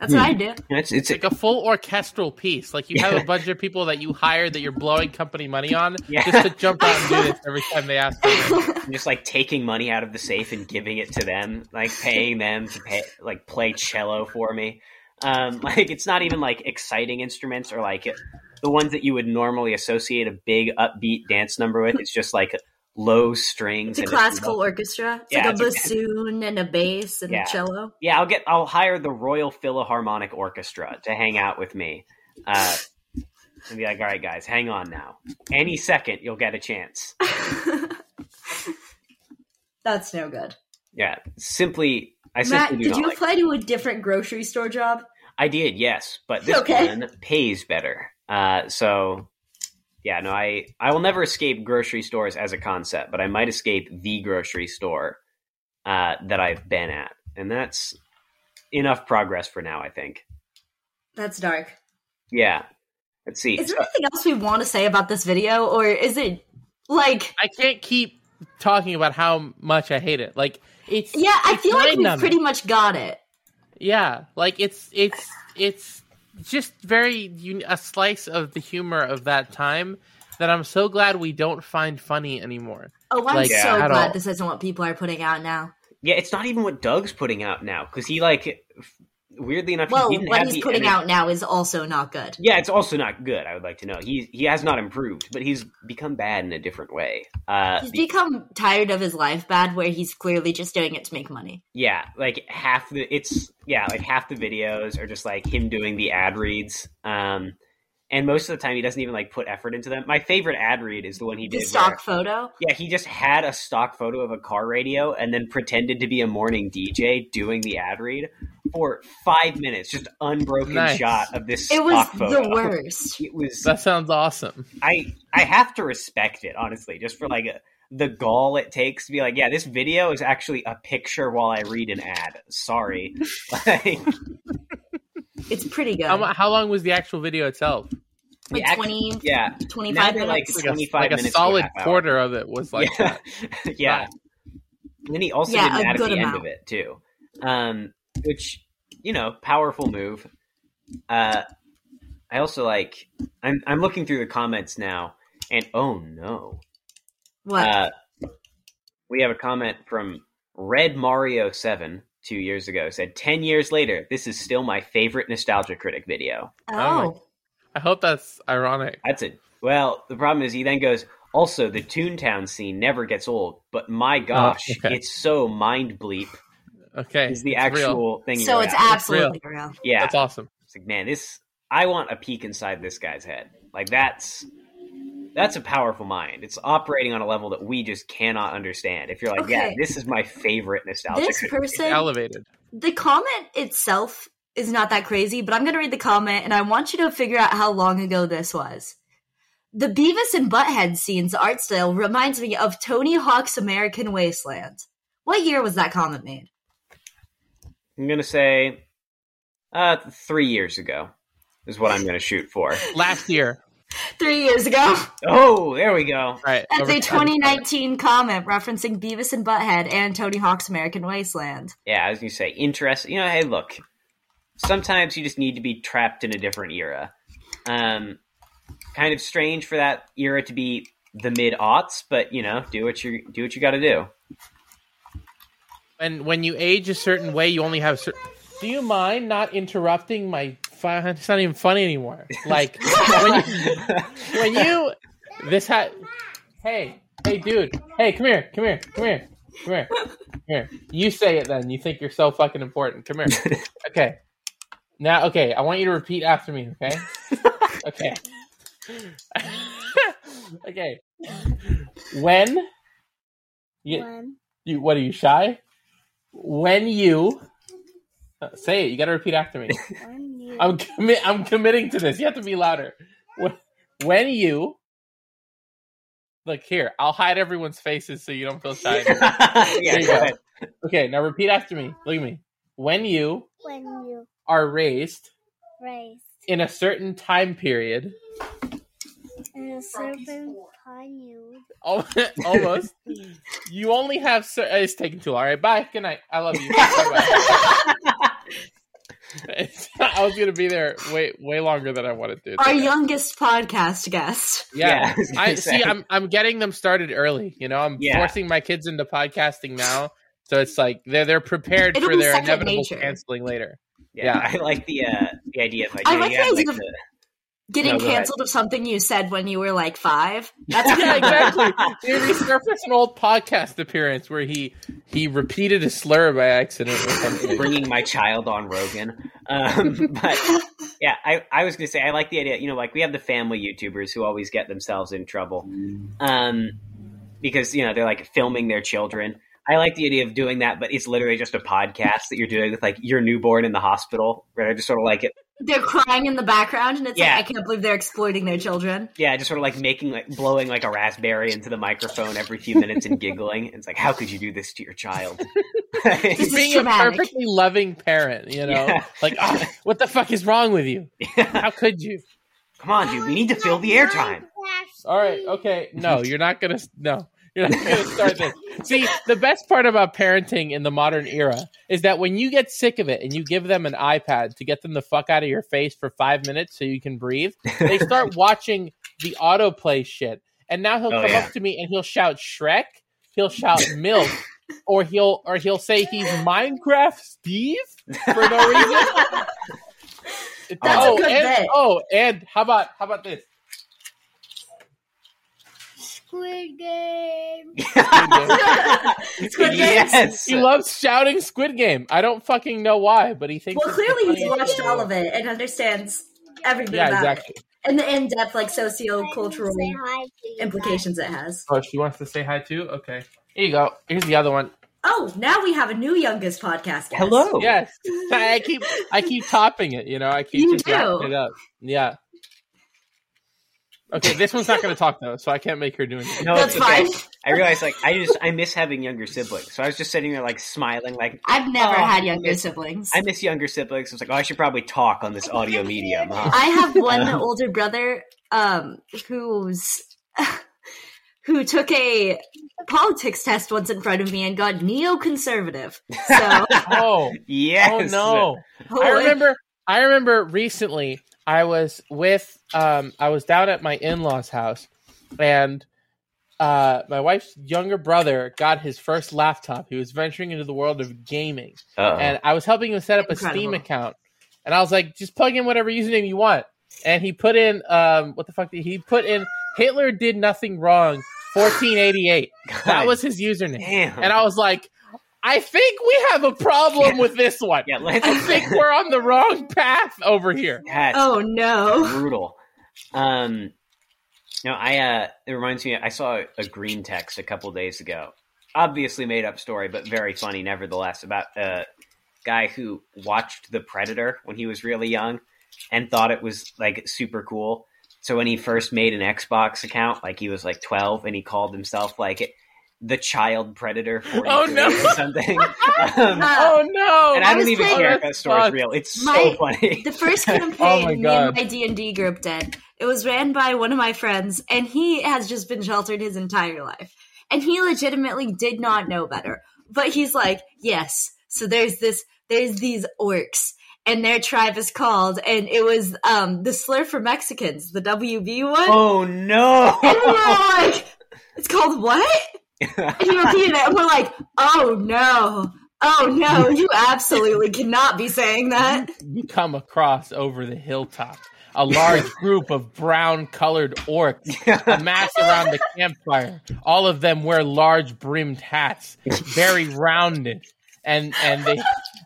Speaker 4: That's
Speaker 5: Hmm.
Speaker 4: what I do.
Speaker 3: It's it's
Speaker 5: Like a full orchestral piece. Like you have a bunch of people that you hired that you're blowing company money on
Speaker 3: Yeah.
Speaker 5: just to jump out and do this every time they ask. For it.
Speaker 3: I'm just like taking money out of the safe and giving it to them, like paying them to pay, like play cello for me. Um, like it's not even like exciting instruments or like the ones that you would normally associate a big upbeat dance number with. It's just like low strings. and
Speaker 4: It's a classical orchestra. It's
Speaker 3: Yeah,
Speaker 4: like a
Speaker 3: it's
Speaker 4: bassoon and a bass and
Speaker 3: Yeah.
Speaker 4: a cello.
Speaker 3: yeah, I'll get. I'll hire the Royal Philharmonic Orchestra to hang out with me. Uh, and be like, all right, guys, hang on now. Any second, you'll get a chance.
Speaker 4: That's no good.
Speaker 3: Yeah, simply. I
Speaker 4: Matt,
Speaker 3: simply do
Speaker 4: did
Speaker 3: not
Speaker 4: you
Speaker 3: like
Speaker 4: apply to a different grocery store job?
Speaker 3: I did, yes, but this
Speaker 4: Okay.
Speaker 3: one pays better. Uh, so, yeah, no, I I will never escape grocery stores as a concept, but I might escape the grocery store uh, that I've been at, and that's enough progress for now. I think.
Speaker 4: That's dark.
Speaker 3: Yeah. Let's see.
Speaker 4: Is there anything else we want to say about this video, or is it like?
Speaker 5: I can't keep talking about how much I hate it. Like it's
Speaker 4: Yeah, I
Speaker 5: it's
Speaker 4: feel like we
Speaker 5: mind-numbing.
Speaker 4: pretty much got it.
Speaker 5: Yeah, like it's it's it's just very un- a slice of the humor of that time that I'm so glad we don't find funny anymore.
Speaker 4: Oh, I'm
Speaker 5: Like,
Speaker 4: so
Speaker 5: yeah, at
Speaker 4: glad
Speaker 5: all.
Speaker 4: this isn't what people are putting out now.
Speaker 3: Yeah, it's not even what Doug's putting out now because he like f- weirdly enough
Speaker 4: Well,
Speaker 3: he didn't
Speaker 4: what
Speaker 3: have
Speaker 4: he's
Speaker 3: the
Speaker 4: putting
Speaker 3: energy-
Speaker 4: out now is also not good.
Speaker 3: Yeah, it's also not good. I would like to know. He he has not improved, but he's become bad in a different way. Uh,
Speaker 4: He's become tired of his life bad, where he's clearly just doing it to make money.
Speaker 3: yeah like half the it's yeah like half the videos are just like him doing the ad reads um and most of the time he doesn't even like put effort into them my favorite ad read is the one he
Speaker 4: The
Speaker 3: did
Speaker 4: stock
Speaker 3: where-
Speaker 4: photo.
Speaker 3: yeah he just had a stock photo of a car radio and then pretended to be a morning dj doing the ad read for five minutes just unbroken
Speaker 5: Nice.
Speaker 3: shot of this
Speaker 4: It was
Speaker 3: stock photo
Speaker 4: the worst.
Speaker 3: it was
Speaker 5: That sounds awesome.
Speaker 3: I I have to respect it honestly, just for like the gall it takes to be like, yeah, this video is actually a picture while I read an ad. Sorry, like,
Speaker 4: It's pretty good.
Speaker 5: How, mu- how long was the actual video itself?
Speaker 4: like
Speaker 3: act-
Speaker 4: 20,
Speaker 3: yeah,
Speaker 4: 25
Speaker 3: they're, like,
Speaker 4: minutes.
Speaker 5: Like a,
Speaker 3: 25
Speaker 5: like a
Speaker 3: minutes to a
Speaker 5: solid
Speaker 3: half hour.
Speaker 5: quarter of it was like
Speaker 3: yeah,
Speaker 5: that.
Speaker 3: yeah. And then he also
Speaker 4: Yeah,
Speaker 3: did
Speaker 4: a
Speaker 3: that at the
Speaker 4: good
Speaker 3: end
Speaker 4: amount.
Speaker 3: of it too, um, which you know, powerful move. Uh, I also like. I'm I'm looking through the comments now, and oh no.
Speaker 4: what?
Speaker 3: Uh, we have a comment from Red Mario Seven two years ago. Said ten years later, this is still my favorite Nostalgia Critic video.
Speaker 5: my-
Speaker 4: oh,
Speaker 5: I hope that's ironic.
Speaker 3: That's it. Well, the problem is he then goes. Also, the Toontown scene never gets old, but my gosh,
Speaker 5: Oh, okay.
Speaker 3: it's so mind bleep.
Speaker 5: Okay,
Speaker 3: Is the
Speaker 5: it's real.
Speaker 3: actual thing? you
Speaker 4: so
Speaker 3: wrote
Speaker 4: it's
Speaker 3: out.
Speaker 4: absolutely real.
Speaker 3: yeah.
Speaker 5: That's awesome.
Speaker 3: It's like, man, this. I want a peek inside this guy's head. Like that's that's a powerful mind. It's operating on a level that we just cannot understand. If you're like, yeah,
Speaker 4: Okay.
Speaker 3: this is my favorite nostalgia.
Speaker 4: This
Speaker 3: critic.
Speaker 4: person
Speaker 5: Elevated.
Speaker 4: the comment itself is not that crazy, but I'm going to read the comment and I want you to figure out how long ago this was. The Beavis and Butthead scene's art style reminds me of Tony Hawk's American Wasteland. What year was that comment made?
Speaker 3: I'm gonna say uh three years ago is what I'm gonna shoot for.
Speaker 5: Last year,
Speaker 4: Three years ago.
Speaker 3: Oh, there we go.
Speaker 5: right?
Speaker 4: That's
Speaker 5: over
Speaker 4: a
Speaker 5: time.
Speaker 4: 2019 comment referencing Beavis and Butthead and Tony Hawk's American Wasteland.
Speaker 3: Yeah, I was gonna say interest you know, hey look. Sometimes you just need to be trapped in a different era. Um kind of strange for that era to be the mid aughts, but you know, do what you do what you got to do.
Speaker 5: And when you age a certain way, you only have certain. Do you mind not interrupting my? Fi- it's not even funny anymore. Like when you, when you this hat. Hey, hey, dude. Hey, come here, come here, come here, come here, come here. You say it then. You think you're so fucking important. Come here. Okay. Now, okay. I want you to repeat after me. Okay. Okay. okay. When you,
Speaker 6: One.
Speaker 5: you what are you shy? When you uh, say it, you got to repeat after me.
Speaker 6: One. You.
Speaker 5: I'm commi- I'm committing to this. You have to be louder. Wh- When you look here, I'll hide everyone's faces so you don't feel shy. anymore.
Speaker 3: yeah,
Speaker 5: you
Speaker 3: go
Speaker 5: go.
Speaker 3: ahead.
Speaker 5: okay, now repeat after me. Look at me. When you
Speaker 6: When you
Speaker 5: are raised
Speaker 6: raised
Speaker 5: in a certain time period,
Speaker 6: in a serpent upon you.
Speaker 5: al- almost, you only have. Cer- uh, it's taking too long. All right, bye. Good night. I love you. Bye-bye. I was gonna be there way way longer than I wanted to.
Speaker 4: Our youngest podcast guest.
Speaker 5: Yeah.
Speaker 3: I was gonna
Speaker 5: I
Speaker 3: say.
Speaker 5: see I'm I'm getting them started early, you know. I'm
Speaker 3: Yeah.
Speaker 5: forcing my kids into podcasting now. So it's like they're they're prepared
Speaker 4: It'll
Speaker 5: for
Speaker 4: be
Speaker 5: their
Speaker 4: second
Speaker 5: inevitable
Speaker 4: nature.
Speaker 5: canceling later.
Speaker 3: Yeah,
Speaker 5: Yeah.
Speaker 3: I like the uh, the idea of like,
Speaker 4: I
Speaker 3: you know,
Speaker 4: like
Speaker 3: you
Speaker 4: the
Speaker 3: have,
Speaker 4: idea
Speaker 3: like,
Speaker 4: of-
Speaker 3: the-
Speaker 4: Getting
Speaker 3: No, go ahead.
Speaker 4: canceled of something you said when you were like five. That's
Speaker 5: yeah, exactly. They resurfaced an old podcast appearance where he he repeated a slur by accident or something.
Speaker 3: bringing my child on Rogan. Um, but yeah, I, I was going to say, I like the idea, you know, like we have the family YouTubers who always get themselves in trouble um, because, you know, they're like filming their children. I like the idea of doing that, but it's literally just a podcast that you're doing with like your newborn in the hospital, where I just sort of like it.
Speaker 4: They're crying in the background, and it's
Speaker 3: Yeah.
Speaker 4: like, I can't believe they're exploiting their children.
Speaker 3: Yeah, just sort of like making, like blowing like a raspberry into the microphone every few minutes and giggling. It's like, how could you do this to your child?
Speaker 4: This is
Speaker 5: Being a
Speaker 4: traumatic.
Speaker 5: perfectly loving parent, you know,
Speaker 3: Yeah.
Speaker 5: like "Ah, what the fuck is wrong with you? How could you?
Speaker 3: Come on,
Speaker 6: Oh,
Speaker 3: dude, we need to fill the airtime.
Speaker 5: All right, okay. No, you're not gonna. No, you're not gonna start this. See, the best part about parenting in the modern era is that when you get sick of it and you give them an iPad to get them the fuck out of your face for five minutes so you can breathe, they start watching the autoplay shit. And now he'll
Speaker 3: Oh,
Speaker 5: come
Speaker 3: yeah.
Speaker 5: up to me and he'll shout Shrek, he'll shout Milk, or he'll or he'll say he's Minecraft Steve for no reason.
Speaker 4: That's a
Speaker 5: oh,
Speaker 4: good
Speaker 5: and,
Speaker 4: bet.
Speaker 5: oh, and how about how about this?
Speaker 6: Squid Game.
Speaker 4: Squid Games?
Speaker 3: Yes.
Speaker 5: He loves shouting Squid Game. I don't fucking know why, but he thinks.
Speaker 4: Well,
Speaker 5: it's the
Speaker 4: clearly he's
Speaker 5: funniest
Speaker 4: watched
Speaker 5: thing.
Speaker 4: all of it and understands everything
Speaker 5: Yeah,
Speaker 4: about
Speaker 5: exactly.
Speaker 4: it and the in-depth like
Speaker 6: I
Speaker 4: socio-cultural
Speaker 6: didn't say hi to you
Speaker 4: implications it has.
Speaker 5: Oh, she wants to say hi too. Okay, here you go. Here's the other one.
Speaker 4: Oh, now we have a new youngest podcast. guest.
Speaker 3: Hello.
Speaker 5: Yes, I keep I keep topping it. You know, I keep
Speaker 4: You
Speaker 5: just wrapping
Speaker 4: do.
Speaker 5: it up. Yeah. Okay, this one's not going to talk though, so I can't make her do anything.
Speaker 3: No,
Speaker 4: That's
Speaker 3: it's okay.
Speaker 4: fine.
Speaker 3: I realized like I just I miss having younger siblings. So I was just sitting there like smiling, like
Speaker 4: I've never
Speaker 3: Oh,
Speaker 4: had younger
Speaker 3: it's-
Speaker 4: siblings.
Speaker 3: I miss younger siblings. I was like, oh, I should probably talk on this audio medium.
Speaker 5: Oh,
Speaker 3: Huh?
Speaker 4: I have one older brother um, who's who took a politics test once in front of me and got neoconservative. So
Speaker 5: Oh, oh
Speaker 3: Yes.
Speaker 5: no. I remember. I remember recently. I was with. Um, I was down at my in-laws' house, and uh, my wife's younger brother got his first laptop. He was venturing into the world of gaming,
Speaker 3: Uh-oh.
Speaker 5: and I was helping him set up a Steam
Speaker 4: Incredible.
Speaker 5: account. And I was like, "Just plug in whatever username you want." And he put in, um, what the fuck did he put in? Hitler did nothing wrong. Fourteen eighty eight. That
Speaker 3: God
Speaker 5: was his username.
Speaker 3: damn.
Speaker 5: And I was like, "I think we have a problem with this one."
Speaker 3: yeah,
Speaker 5: I
Speaker 3: let's.
Speaker 5: think we're on the wrong path over here.
Speaker 3: That's
Speaker 4: Oh no!
Speaker 3: brutal. Um, no, I. Uh, it reminds me. I saw a, a green text a couple days ago. Obviously made up story, but very funny nevertheless. About a guy who watched The Predator when he was really young and thought it was like super cool. So when he first made an Xbox account, like he was like twelve, and he called himself like the Child Predator. 42
Speaker 5: Oh, no.
Speaker 3: or something. Um,
Speaker 4: Uh,
Speaker 5: Oh no!
Speaker 3: and
Speaker 4: I
Speaker 3: I don't
Speaker 4: was
Speaker 3: even
Speaker 4: playing-
Speaker 3: care if that
Speaker 5: That's
Speaker 3: story's
Speaker 5: fucked.
Speaker 3: real. It's
Speaker 4: My-
Speaker 3: so funny.
Speaker 4: the first campaign
Speaker 5: Oh, my
Speaker 4: me
Speaker 5: God.
Speaker 4: and my D and D group did. It was ran by one of my friends, and he has just been sheltered his entire life. And he legitimately did not know better. But he's like, yes. So there's this. There's these orcs, and their tribe is called, and it was um the slur for Mexicans, the WB one.
Speaker 3: Oh no!
Speaker 4: And we were like, it's called what? And he repeated it, and we're like, oh no, oh no, you absolutely cannot be saying that.
Speaker 5: You come across over the hilltop. A large group of brown colored orcs mass around the campfire. All of them wear large brimmed hats, very rounded, and and they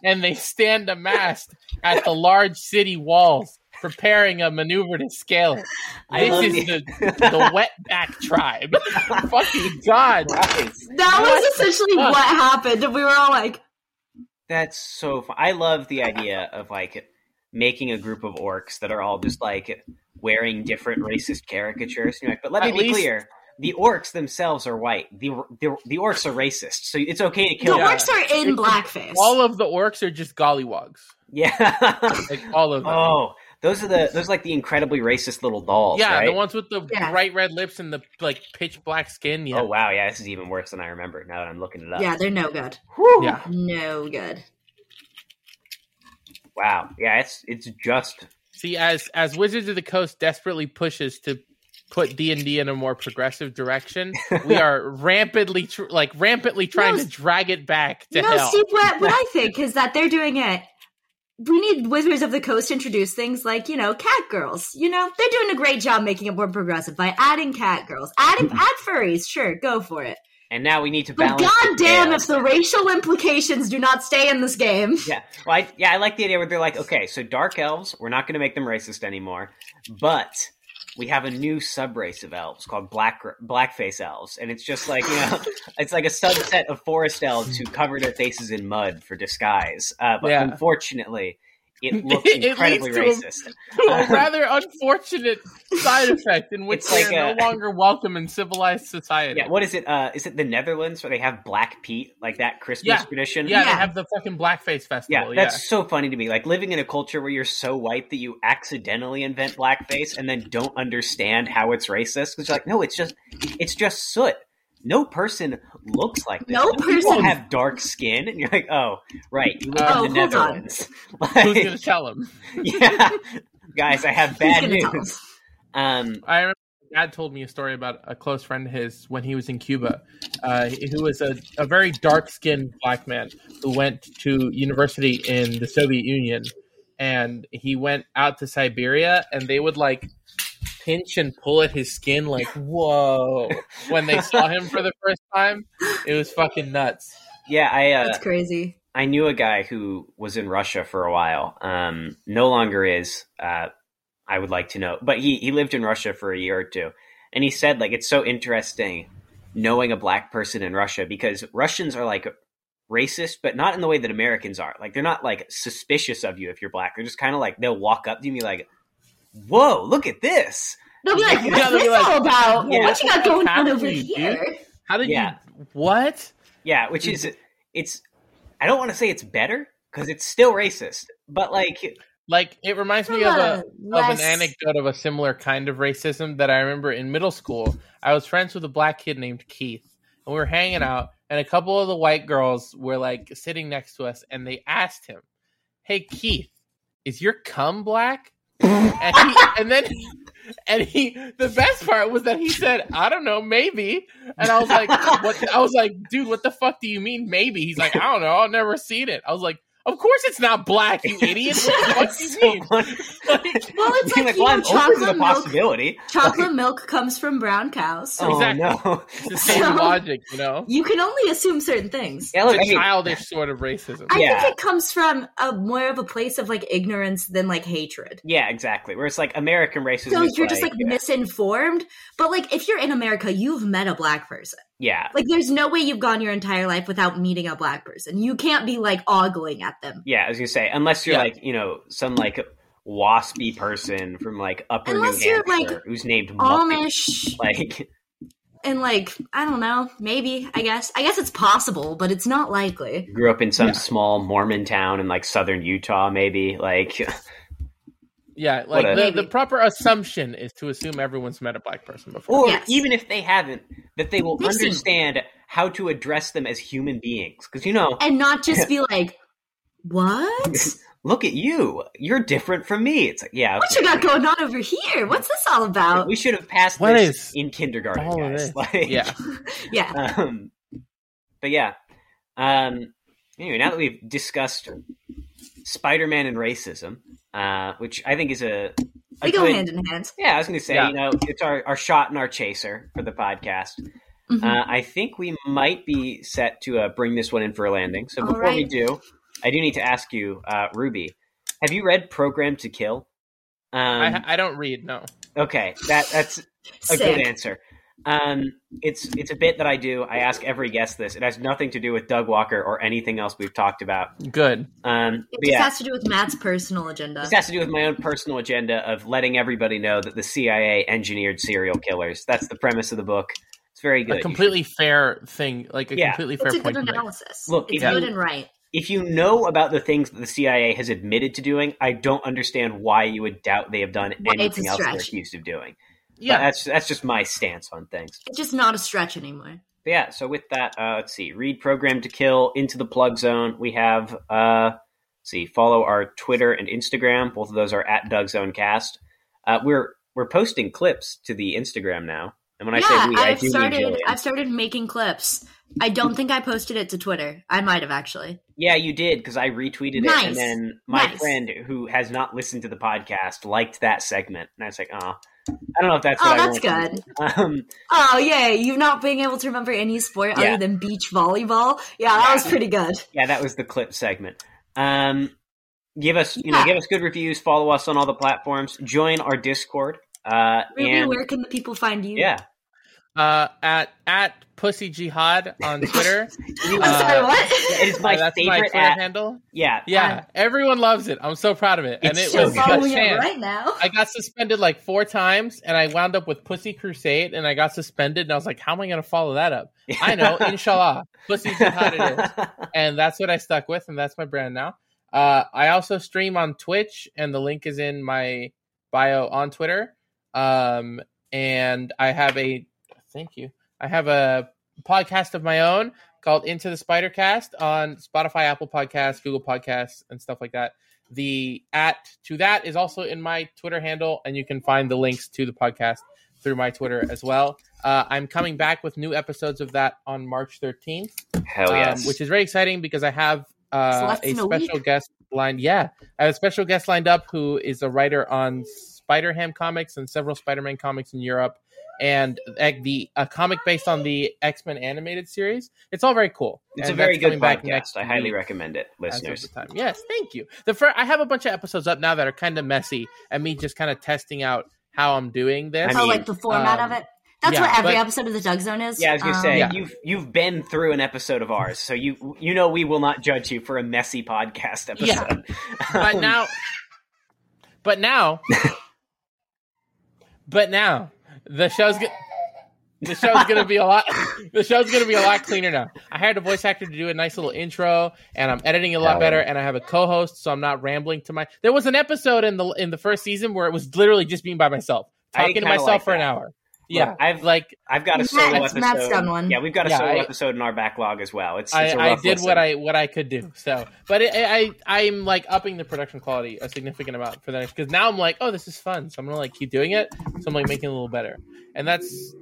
Speaker 5: and they stand amassed at the large city walls, preparing a maneuver to scale it.
Speaker 3: I love
Speaker 5: This is
Speaker 3: you.
Speaker 5: the, the wetback tribe. Fucking god!
Speaker 3: Guys,
Speaker 4: That was essentially
Speaker 5: fuck?
Speaker 4: what happened, and we were all like,
Speaker 3: That's so fun. I love the idea of like making a group of orcs that are all just like wearing different racist caricatures. And you're like, but let me
Speaker 5: At
Speaker 3: be
Speaker 5: least-
Speaker 3: clear. The orcs themselves are white. The, the the orcs are racist, so it's okay to
Speaker 4: the
Speaker 3: kill.
Speaker 5: Yeah.
Speaker 3: them.
Speaker 4: orcs are in blackface.
Speaker 5: All of the orcs are just gollywogs.
Speaker 3: Yeah.
Speaker 5: Like all of them.
Speaker 3: oh, those are the those are like the incredibly racist little dolls.
Speaker 5: yeah,
Speaker 3: right?
Speaker 5: the ones with the
Speaker 4: Yeah.
Speaker 5: bright red lips and the like pitch black skin. Yeah.
Speaker 3: Oh wow, yeah, this is even worse than I remember. Now that I'm looking it up.
Speaker 4: yeah, they're no good.
Speaker 5: Yeah.
Speaker 4: No good.
Speaker 3: Wow. Yeah, it's it's just
Speaker 5: See, as as Wizards of the Coast desperately pushes to put D and D in a more progressive direction, we are rampantly tr- like rampantly trying
Speaker 4: No,
Speaker 5: to drag it back to
Speaker 4: no,
Speaker 5: hell.
Speaker 4: see what what I think is that they're doing it. We need Wizards of the Coast to introduce things like you know cat girls. You know they're doing a great job making it more progressive by adding cat girls, adding add furries. Sure, go for it.
Speaker 3: and now we need to
Speaker 4: But
Speaker 3: Mm-hmm. balance.
Speaker 4: goddamn,
Speaker 3: the
Speaker 4: if the racial implications do not stay in this game,
Speaker 3: Yeah, well, I, yeah, I like the idea where they're like, okay, so dark elves, we're not going to make them racist anymore, but we have a new subrace of elves called black blackface elves, and it's just like you know, it's like a subset of forest elves who cover their faces in mud for disguise. Uh, but
Speaker 5: Yeah.
Speaker 3: unfortunately, it looks
Speaker 5: It leads
Speaker 3: incredibly
Speaker 5: to a-
Speaker 3: racist.
Speaker 5: a rather unfortunate side effect in which
Speaker 3: It's
Speaker 5: they
Speaker 3: like
Speaker 5: are
Speaker 3: a-
Speaker 5: no longer welcome in civilized society.
Speaker 3: Yeah, what is it? Uh, is it the Netherlands where they have Black Pete, like that Christmas
Speaker 5: Yeah.
Speaker 3: tradition?
Speaker 5: Yeah, they
Speaker 4: Yeah.
Speaker 5: have the fucking blackface
Speaker 3: Yeah,
Speaker 5: festival. Yeah,
Speaker 3: that's so funny to me. Like living in a culture where you're so white that you accidentally invent blackface and then don't understand how it's racist. Because like, no, it's just it's just soot. No person looks like this.
Speaker 4: No
Speaker 3: people
Speaker 4: person-
Speaker 3: have dark skin, and you're like, oh, right, you live
Speaker 5: Oh,
Speaker 3: in the
Speaker 4: hold on.
Speaker 3: Netherlands.
Speaker 5: who's gonna
Speaker 3: Like,
Speaker 5: tell him?
Speaker 3: yeah, guys, I have
Speaker 4: who's
Speaker 3: bad
Speaker 4: gonna tell
Speaker 3: news.
Speaker 4: us?
Speaker 3: Um,
Speaker 5: I remember my dad told me a story about a close friend of his when he was in Cuba, uh, who was a, a very dark skinned black man who went to university in the Soviet Union. And he went out to Siberia and they would like pinch and pull at his skin like, whoa, when they saw him for the first time. It was fucking nuts.
Speaker 3: yeah, I uh,
Speaker 4: That's crazy.
Speaker 3: I knew a guy who was in Russia for a while. Um, no longer is. Uh, I would like to know, but he he lived in Russia for a year or two, and he said like it's so interesting knowing a black person in Russia because Russians are like racist, but not in the way that Americans are. Like they're not like suspicious of you if you're black. They're just kind of like they'll walk up to you and be like, "Whoa, look at this."
Speaker 4: They'll be like,
Speaker 5: Yeah,
Speaker 4: "What's
Speaker 5: they'll be
Speaker 4: this
Speaker 5: like,
Speaker 4: all about?
Speaker 3: yeah,
Speaker 4: what you got going on
Speaker 5: happened
Speaker 4: over
Speaker 5: to you, dude?"
Speaker 4: here?"
Speaker 5: How did
Speaker 3: Yeah.
Speaker 5: you? What?
Speaker 3: Yeah, which is it's. I don't want to say it's better because it's still racist, but like
Speaker 5: Like, it reminds me of a, of
Speaker 4: Less-
Speaker 5: an anecdote of a similar kind of racism that I remember in middle school. I was friends with a black kid named Keith, and we were hanging out, and a couple of the white girls were like sitting next to us, and they asked him, "Hey Keith, is your cum black?" and, he, and then, and he, the best part was that he said, "I don't know, maybe." And I was like, "What?" I was like, "Dude, what the fuck do you mean, maybe?" He's like, "I don't know, I've never seen it." I was like. Of course it's not black, you idiot! What the fuck do
Speaker 3: it's
Speaker 5: you
Speaker 3: so
Speaker 5: mean?
Speaker 3: funny.
Speaker 4: Well,
Speaker 5: Like,
Speaker 4: it's like,
Speaker 3: Like,
Speaker 4: you
Speaker 3: well, I'm open to
Speaker 4: know,
Speaker 3: the
Speaker 4: chocolate milk
Speaker 3: possibility.
Speaker 4: Chocolate milk comes from brown cows.
Speaker 3: Oh
Speaker 5: Exactly.
Speaker 3: no!
Speaker 5: It's the same logic, you know?
Speaker 4: You can only assume certain things.
Speaker 3: Yeah, look, I
Speaker 5: It's a
Speaker 3: mean,
Speaker 5: childish sort of racism.
Speaker 4: I
Speaker 3: Yeah.
Speaker 4: think it comes from a more of a place of like ignorance than like hatred.
Speaker 3: yeah, exactly. Where it's like American racism.
Speaker 4: So
Speaker 3: is
Speaker 4: you're just like
Speaker 3: yeah,
Speaker 4: misinformed. But like if you're in America, you've met a black person.
Speaker 3: yeah,
Speaker 4: Like there's no way you've gone your entire life without meeting a black person. You can't be like ogling at them.
Speaker 3: yeah. I was gonna say, unless you're
Speaker 5: Yeah.
Speaker 3: like you know some like waspy person from like upper
Speaker 4: Unless
Speaker 3: New
Speaker 4: you're,
Speaker 3: Hampshire
Speaker 4: like,
Speaker 3: who's named Muffin.
Speaker 4: Amish
Speaker 3: Like
Speaker 4: and like I don't know, maybe, I guess. I guess it's possible, but it's not likely.
Speaker 3: grew up in some
Speaker 5: Yeah.
Speaker 3: small Mormon town in like southern Utah, maybe. Like
Speaker 5: Yeah,
Speaker 3: What a-
Speaker 5: like the, the
Speaker 4: Maybe.
Speaker 5: proper assumption is to assume everyone's met a black person before.
Speaker 3: or
Speaker 4: Yes.
Speaker 3: even if they haven't, that they will
Speaker 4: They've seen-
Speaker 3: understand how to address them as human beings. Because you know,
Speaker 4: And not just be like, What?
Speaker 3: look at you. You're different from me. It's like, yeah,
Speaker 4: What you got going on over here? What's this all about?
Speaker 3: we should have passed
Speaker 5: What
Speaker 3: this
Speaker 5: is
Speaker 3: in kindergarten,
Speaker 5: all of
Speaker 3: guys.
Speaker 5: this?
Speaker 3: Like,
Speaker 5: Yeah.
Speaker 4: Yeah.
Speaker 3: Um, but yeah. Um, anyway, now that we've discussed Spider-Man and racism, uh, which I think is a, a
Speaker 4: They go
Speaker 3: good-
Speaker 4: hand in hand.
Speaker 3: Yeah, I was going to say,
Speaker 5: Yeah.
Speaker 3: you know, it's our, our shot and our chaser for the podcast.
Speaker 4: Mhm.
Speaker 3: Uh, I think we might be set to uh, bring this one in for a landing. So
Speaker 4: All
Speaker 3: before we
Speaker 4: right.
Speaker 3: do, I do need to ask you, uh, Ruby, have you read Program to Kill? Um,
Speaker 5: I, I don't read. No.
Speaker 3: okay, that that's a good
Speaker 4: Sick.
Speaker 3: answer. Um, it's it's a bit that I do. I ask every guest this. It has nothing to do with Doug Walker or anything else we've talked about.
Speaker 5: Good.
Speaker 3: Um,
Speaker 4: It
Speaker 3: but
Speaker 4: just
Speaker 3: yeah,
Speaker 4: has to do with Matt's personal agenda.
Speaker 3: this has to do with my own personal agenda of letting everybody know that the CIA engineered serial killers. That's the premise of the book. It's very good.
Speaker 5: A completely fair thing. Like a
Speaker 3: Yeah.
Speaker 5: completely fair
Speaker 4: It's a
Speaker 5: point.
Speaker 4: good
Speaker 5: to make.
Speaker 4: analysis.
Speaker 3: Look,
Speaker 4: it's
Speaker 3: if
Speaker 4: good
Speaker 3: you-
Speaker 4: and right.
Speaker 3: if you know about the things that the CIA has admitted to doing, I don't understand why you would doubt they have done
Speaker 4: Why it's a
Speaker 3: anything else they're
Speaker 4: stretch.
Speaker 3: accused of doing. But
Speaker 5: Yeah.
Speaker 3: that's that's just my stance on things.
Speaker 4: It's just not a stretch anymore.
Speaker 3: But yeah, so with that, uh, let's see. Read Program to Kill, Into the Plug Zone. We have, uh, let's see, follow our Twitter and Instagram. Both of those are at Doug Zone Cast. Uh, we're we're posting clips to the Instagram now. And when
Speaker 4: yeah,
Speaker 3: I say we, I
Speaker 4: I've
Speaker 3: do
Speaker 4: started.
Speaker 3: mean Jillian.
Speaker 4: I've started making clips. I don't think I posted it to Twitter. I might have actually.
Speaker 3: Yeah, you did because I retweeted it, and
Speaker 4: Nice.
Speaker 3: then my
Speaker 4: Nice.
Speaker 3: friend who has not listened to the podcast liked that segment, and I was like, "Oh, I don't know if that's
Speaker 4: Oh,
Speaker 3: what
Speaker 4: that's
Speaker 3: I want."
Speaker 4: good.
Speaker 3: That's good. Um,
Speaker 4: Oh, yay! You not being able to remember any sport
Speaker 3: Yeah.
Speaker 4: other than beach volleyball. Yeah, that was pretty good.
Speaker 3: yeah, that was the clip segment. Um, give us, you know,
Speaker 4: Yeah.
Speaker 3: give us good reviews. Follow us on all the platforms. Join our Discord. Uh,
Speaker 4: Ruby,
Speaker 3: and
Speaker 4: where can the people find you?
Speaker 3: yeah,
Speaker 5: Uh, at at pussy jihad on Twitter.
Speaker 4: I'm
Speaker 5: Uh,
Speaker 4: sorry. What?
Speaker 3: it is my
Speaker 5: Uh, that's my
Speaker 3: favorite
Speaker 5: Twitter
Speaker 3: app.
Speaker 5: handle.
Speaker 3: Yeah,
Speaker 5: Yeah, everyone loves it. I'm so proud of it. and
Speaker 3: It's
Speaker 5: it
Speaker 3: so
Speaker 4: You're
Speaker 5: was
Speaker 3: good.
Speaker 5: a
Speaker 4: following it
Speaker 5: chance.
Speaker 4: right now.
Speaker 5: I got suspended like four times, and I wound up with Pussy Crusade, and I got suspended, and I was like, "How am I going to follow that up?" I know, inshallah, Pussy Jihad it is, and that's what I stuck with, and that's my brand now. Uh, I also stream on Twitch, and the link is in my bio on Twitter. Um, and I have a thank you. I have a podcast of my own called Into the Spider Cast on Spotify, Apple Podcasts, Google Podcasts, and stuff like that. The at to that is also in my Twitter handle, and you can find the links to the podcast through my Twitter as well. Uh, I'm coming back with new episodes of that on March 13th,
Speaker 3: Hell yes,
Speaker 5: um, which is very exciting because I have
Speaker 4: It's
Speaker 5: uh,
Speaker 4: less
Speaker 5: a
Speaker 4: than a
Speaker 5: special guest lined. Yeah, I have a special guest lined up who is a writer on Spider Ham comics and several Spider Man comics in Europe, and uh, the a comic based on the X Men animated series. It's all very cool.
Speaker 3: it's a
Speaker 5: And
Speaker 3: very
Speaker 5: that's
Speaker 3: good
Speaker 5: coming back
Speaker 3: podcast. I highly
Speaker 5: week
Speaker 3: recommend it,
Speaker 5: as of
Speaker 3: listeners.
Speaker 5: the time. Yes, thank you. The fir- I have a bunch of episodes up now that are kind of messy, and me just kind of testing out how I'm doing this.
Speaker 3: I
Speaker 4: oh,
Speaker 3: mean,
Speaker 4: like the format
Speaker 5: um,
Speaker 4: of it. That's
Speaker 5: yeah,
Speaker 4: what every
Speaker 5: but-
Speaker 4: episode of the Doug Zone is.
Speaker 3: Yeah, I was gonna
Speaker 4: Um,
Speaker 3: say
Speaker 5: Yeah.
Speaker 3: you've you've been through an episode of ours, so you you know we will not judge you for a messy podcast episode.
Speaker 5: but
Speaker 3: Um,
Speaker 5: now, but now, but now, the show's go- the show's gonna be a lot. The show's gonna be a lot cleaner now. I hired a voice actor to do a nice little intro, and I'm editing it a lot better. And I have a co-host, so I'm not rambling to my. There was an episode in the in the first season where it was literally just being by myself,
Speaker 3: I
Speaker 5: talking to
Speaker 3: kinda
Speaker 5: myself
Speaker 3: like
Speaker 5: for an
Speaker 3: that.
Speaker 5: hour. Yeah,
Speaker 3: I've-
Speaker 5: I've like
Speaker 3: I've got a
Speaker 4: Matt-
Speaker 3: solo
Speaker 4: Matt's
Speaker 3: episode.
Speaker 4: done one.
Speaker 3: Yeah, we've got a
Speaker 5: Yeah,
Speaker 3: solo
Speaker 5: I-
Speaker 3: episode in our backlog as well. It's, it's a
Speaker 5: I, I
Speaker 3: rough
Speaker 5: did
Speaker 3: listen.
Speaker 5: what I what I could do. So, but it, I I- I'm like upping the production quality a significant amount for the next because now I'm like, oh, this is fun. So I'm gonna like keep doing it. So I'm like making it a little better, and that's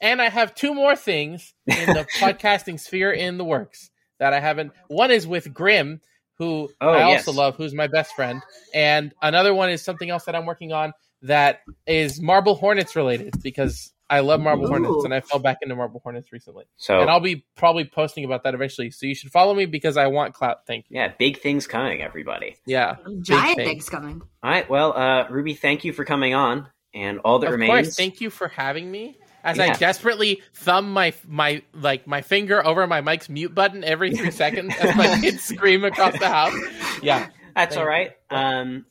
Speaker 5: and I have two more things in the podcasting sphere in the works that I haven't. One is with Grim, who
Speaker 3: Oh,
Speaker 5: I
Speaker 3: yes.
Speaker 5: also love, who's my best friend, and another one is something else that I'm working on that is Marble Hornets related because I love Marble Hornets
Speaker 4: Ooh.
Speaker 5: and I fell back into Marble Hornets recently
Speaker 3: So
Speaker 5: and I'll be probably posting about that eventually. So you should follow me because I want clout. Thank you.
Speaker 3: yeah, big things coming, everybody.
Speaker 5: Yeah,
Speaker 4: Giant
Speaker 5: thing.
Speaker 4: things coming.
Speaker 3: All right, well, uh, Ruby, thank you for coming on, and all that
Speaker 5: of
Speaker 3: remains.
Speaker 5: course. Thank you for having me. As I
Speaker 3: Yeah.
Speaker 5: desperately thumb my my like my finger over my mic's mute button every three seconds as my kids scream across the house. Yeah,
Speaker 3: That's
Speaker 5: Thank
Speaker 3: all right. Um,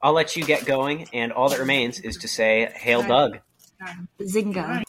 Speaker 3: I'll let you get going, and all that remains is to say, "Hail, Doug."
Speaker 4: Zinga.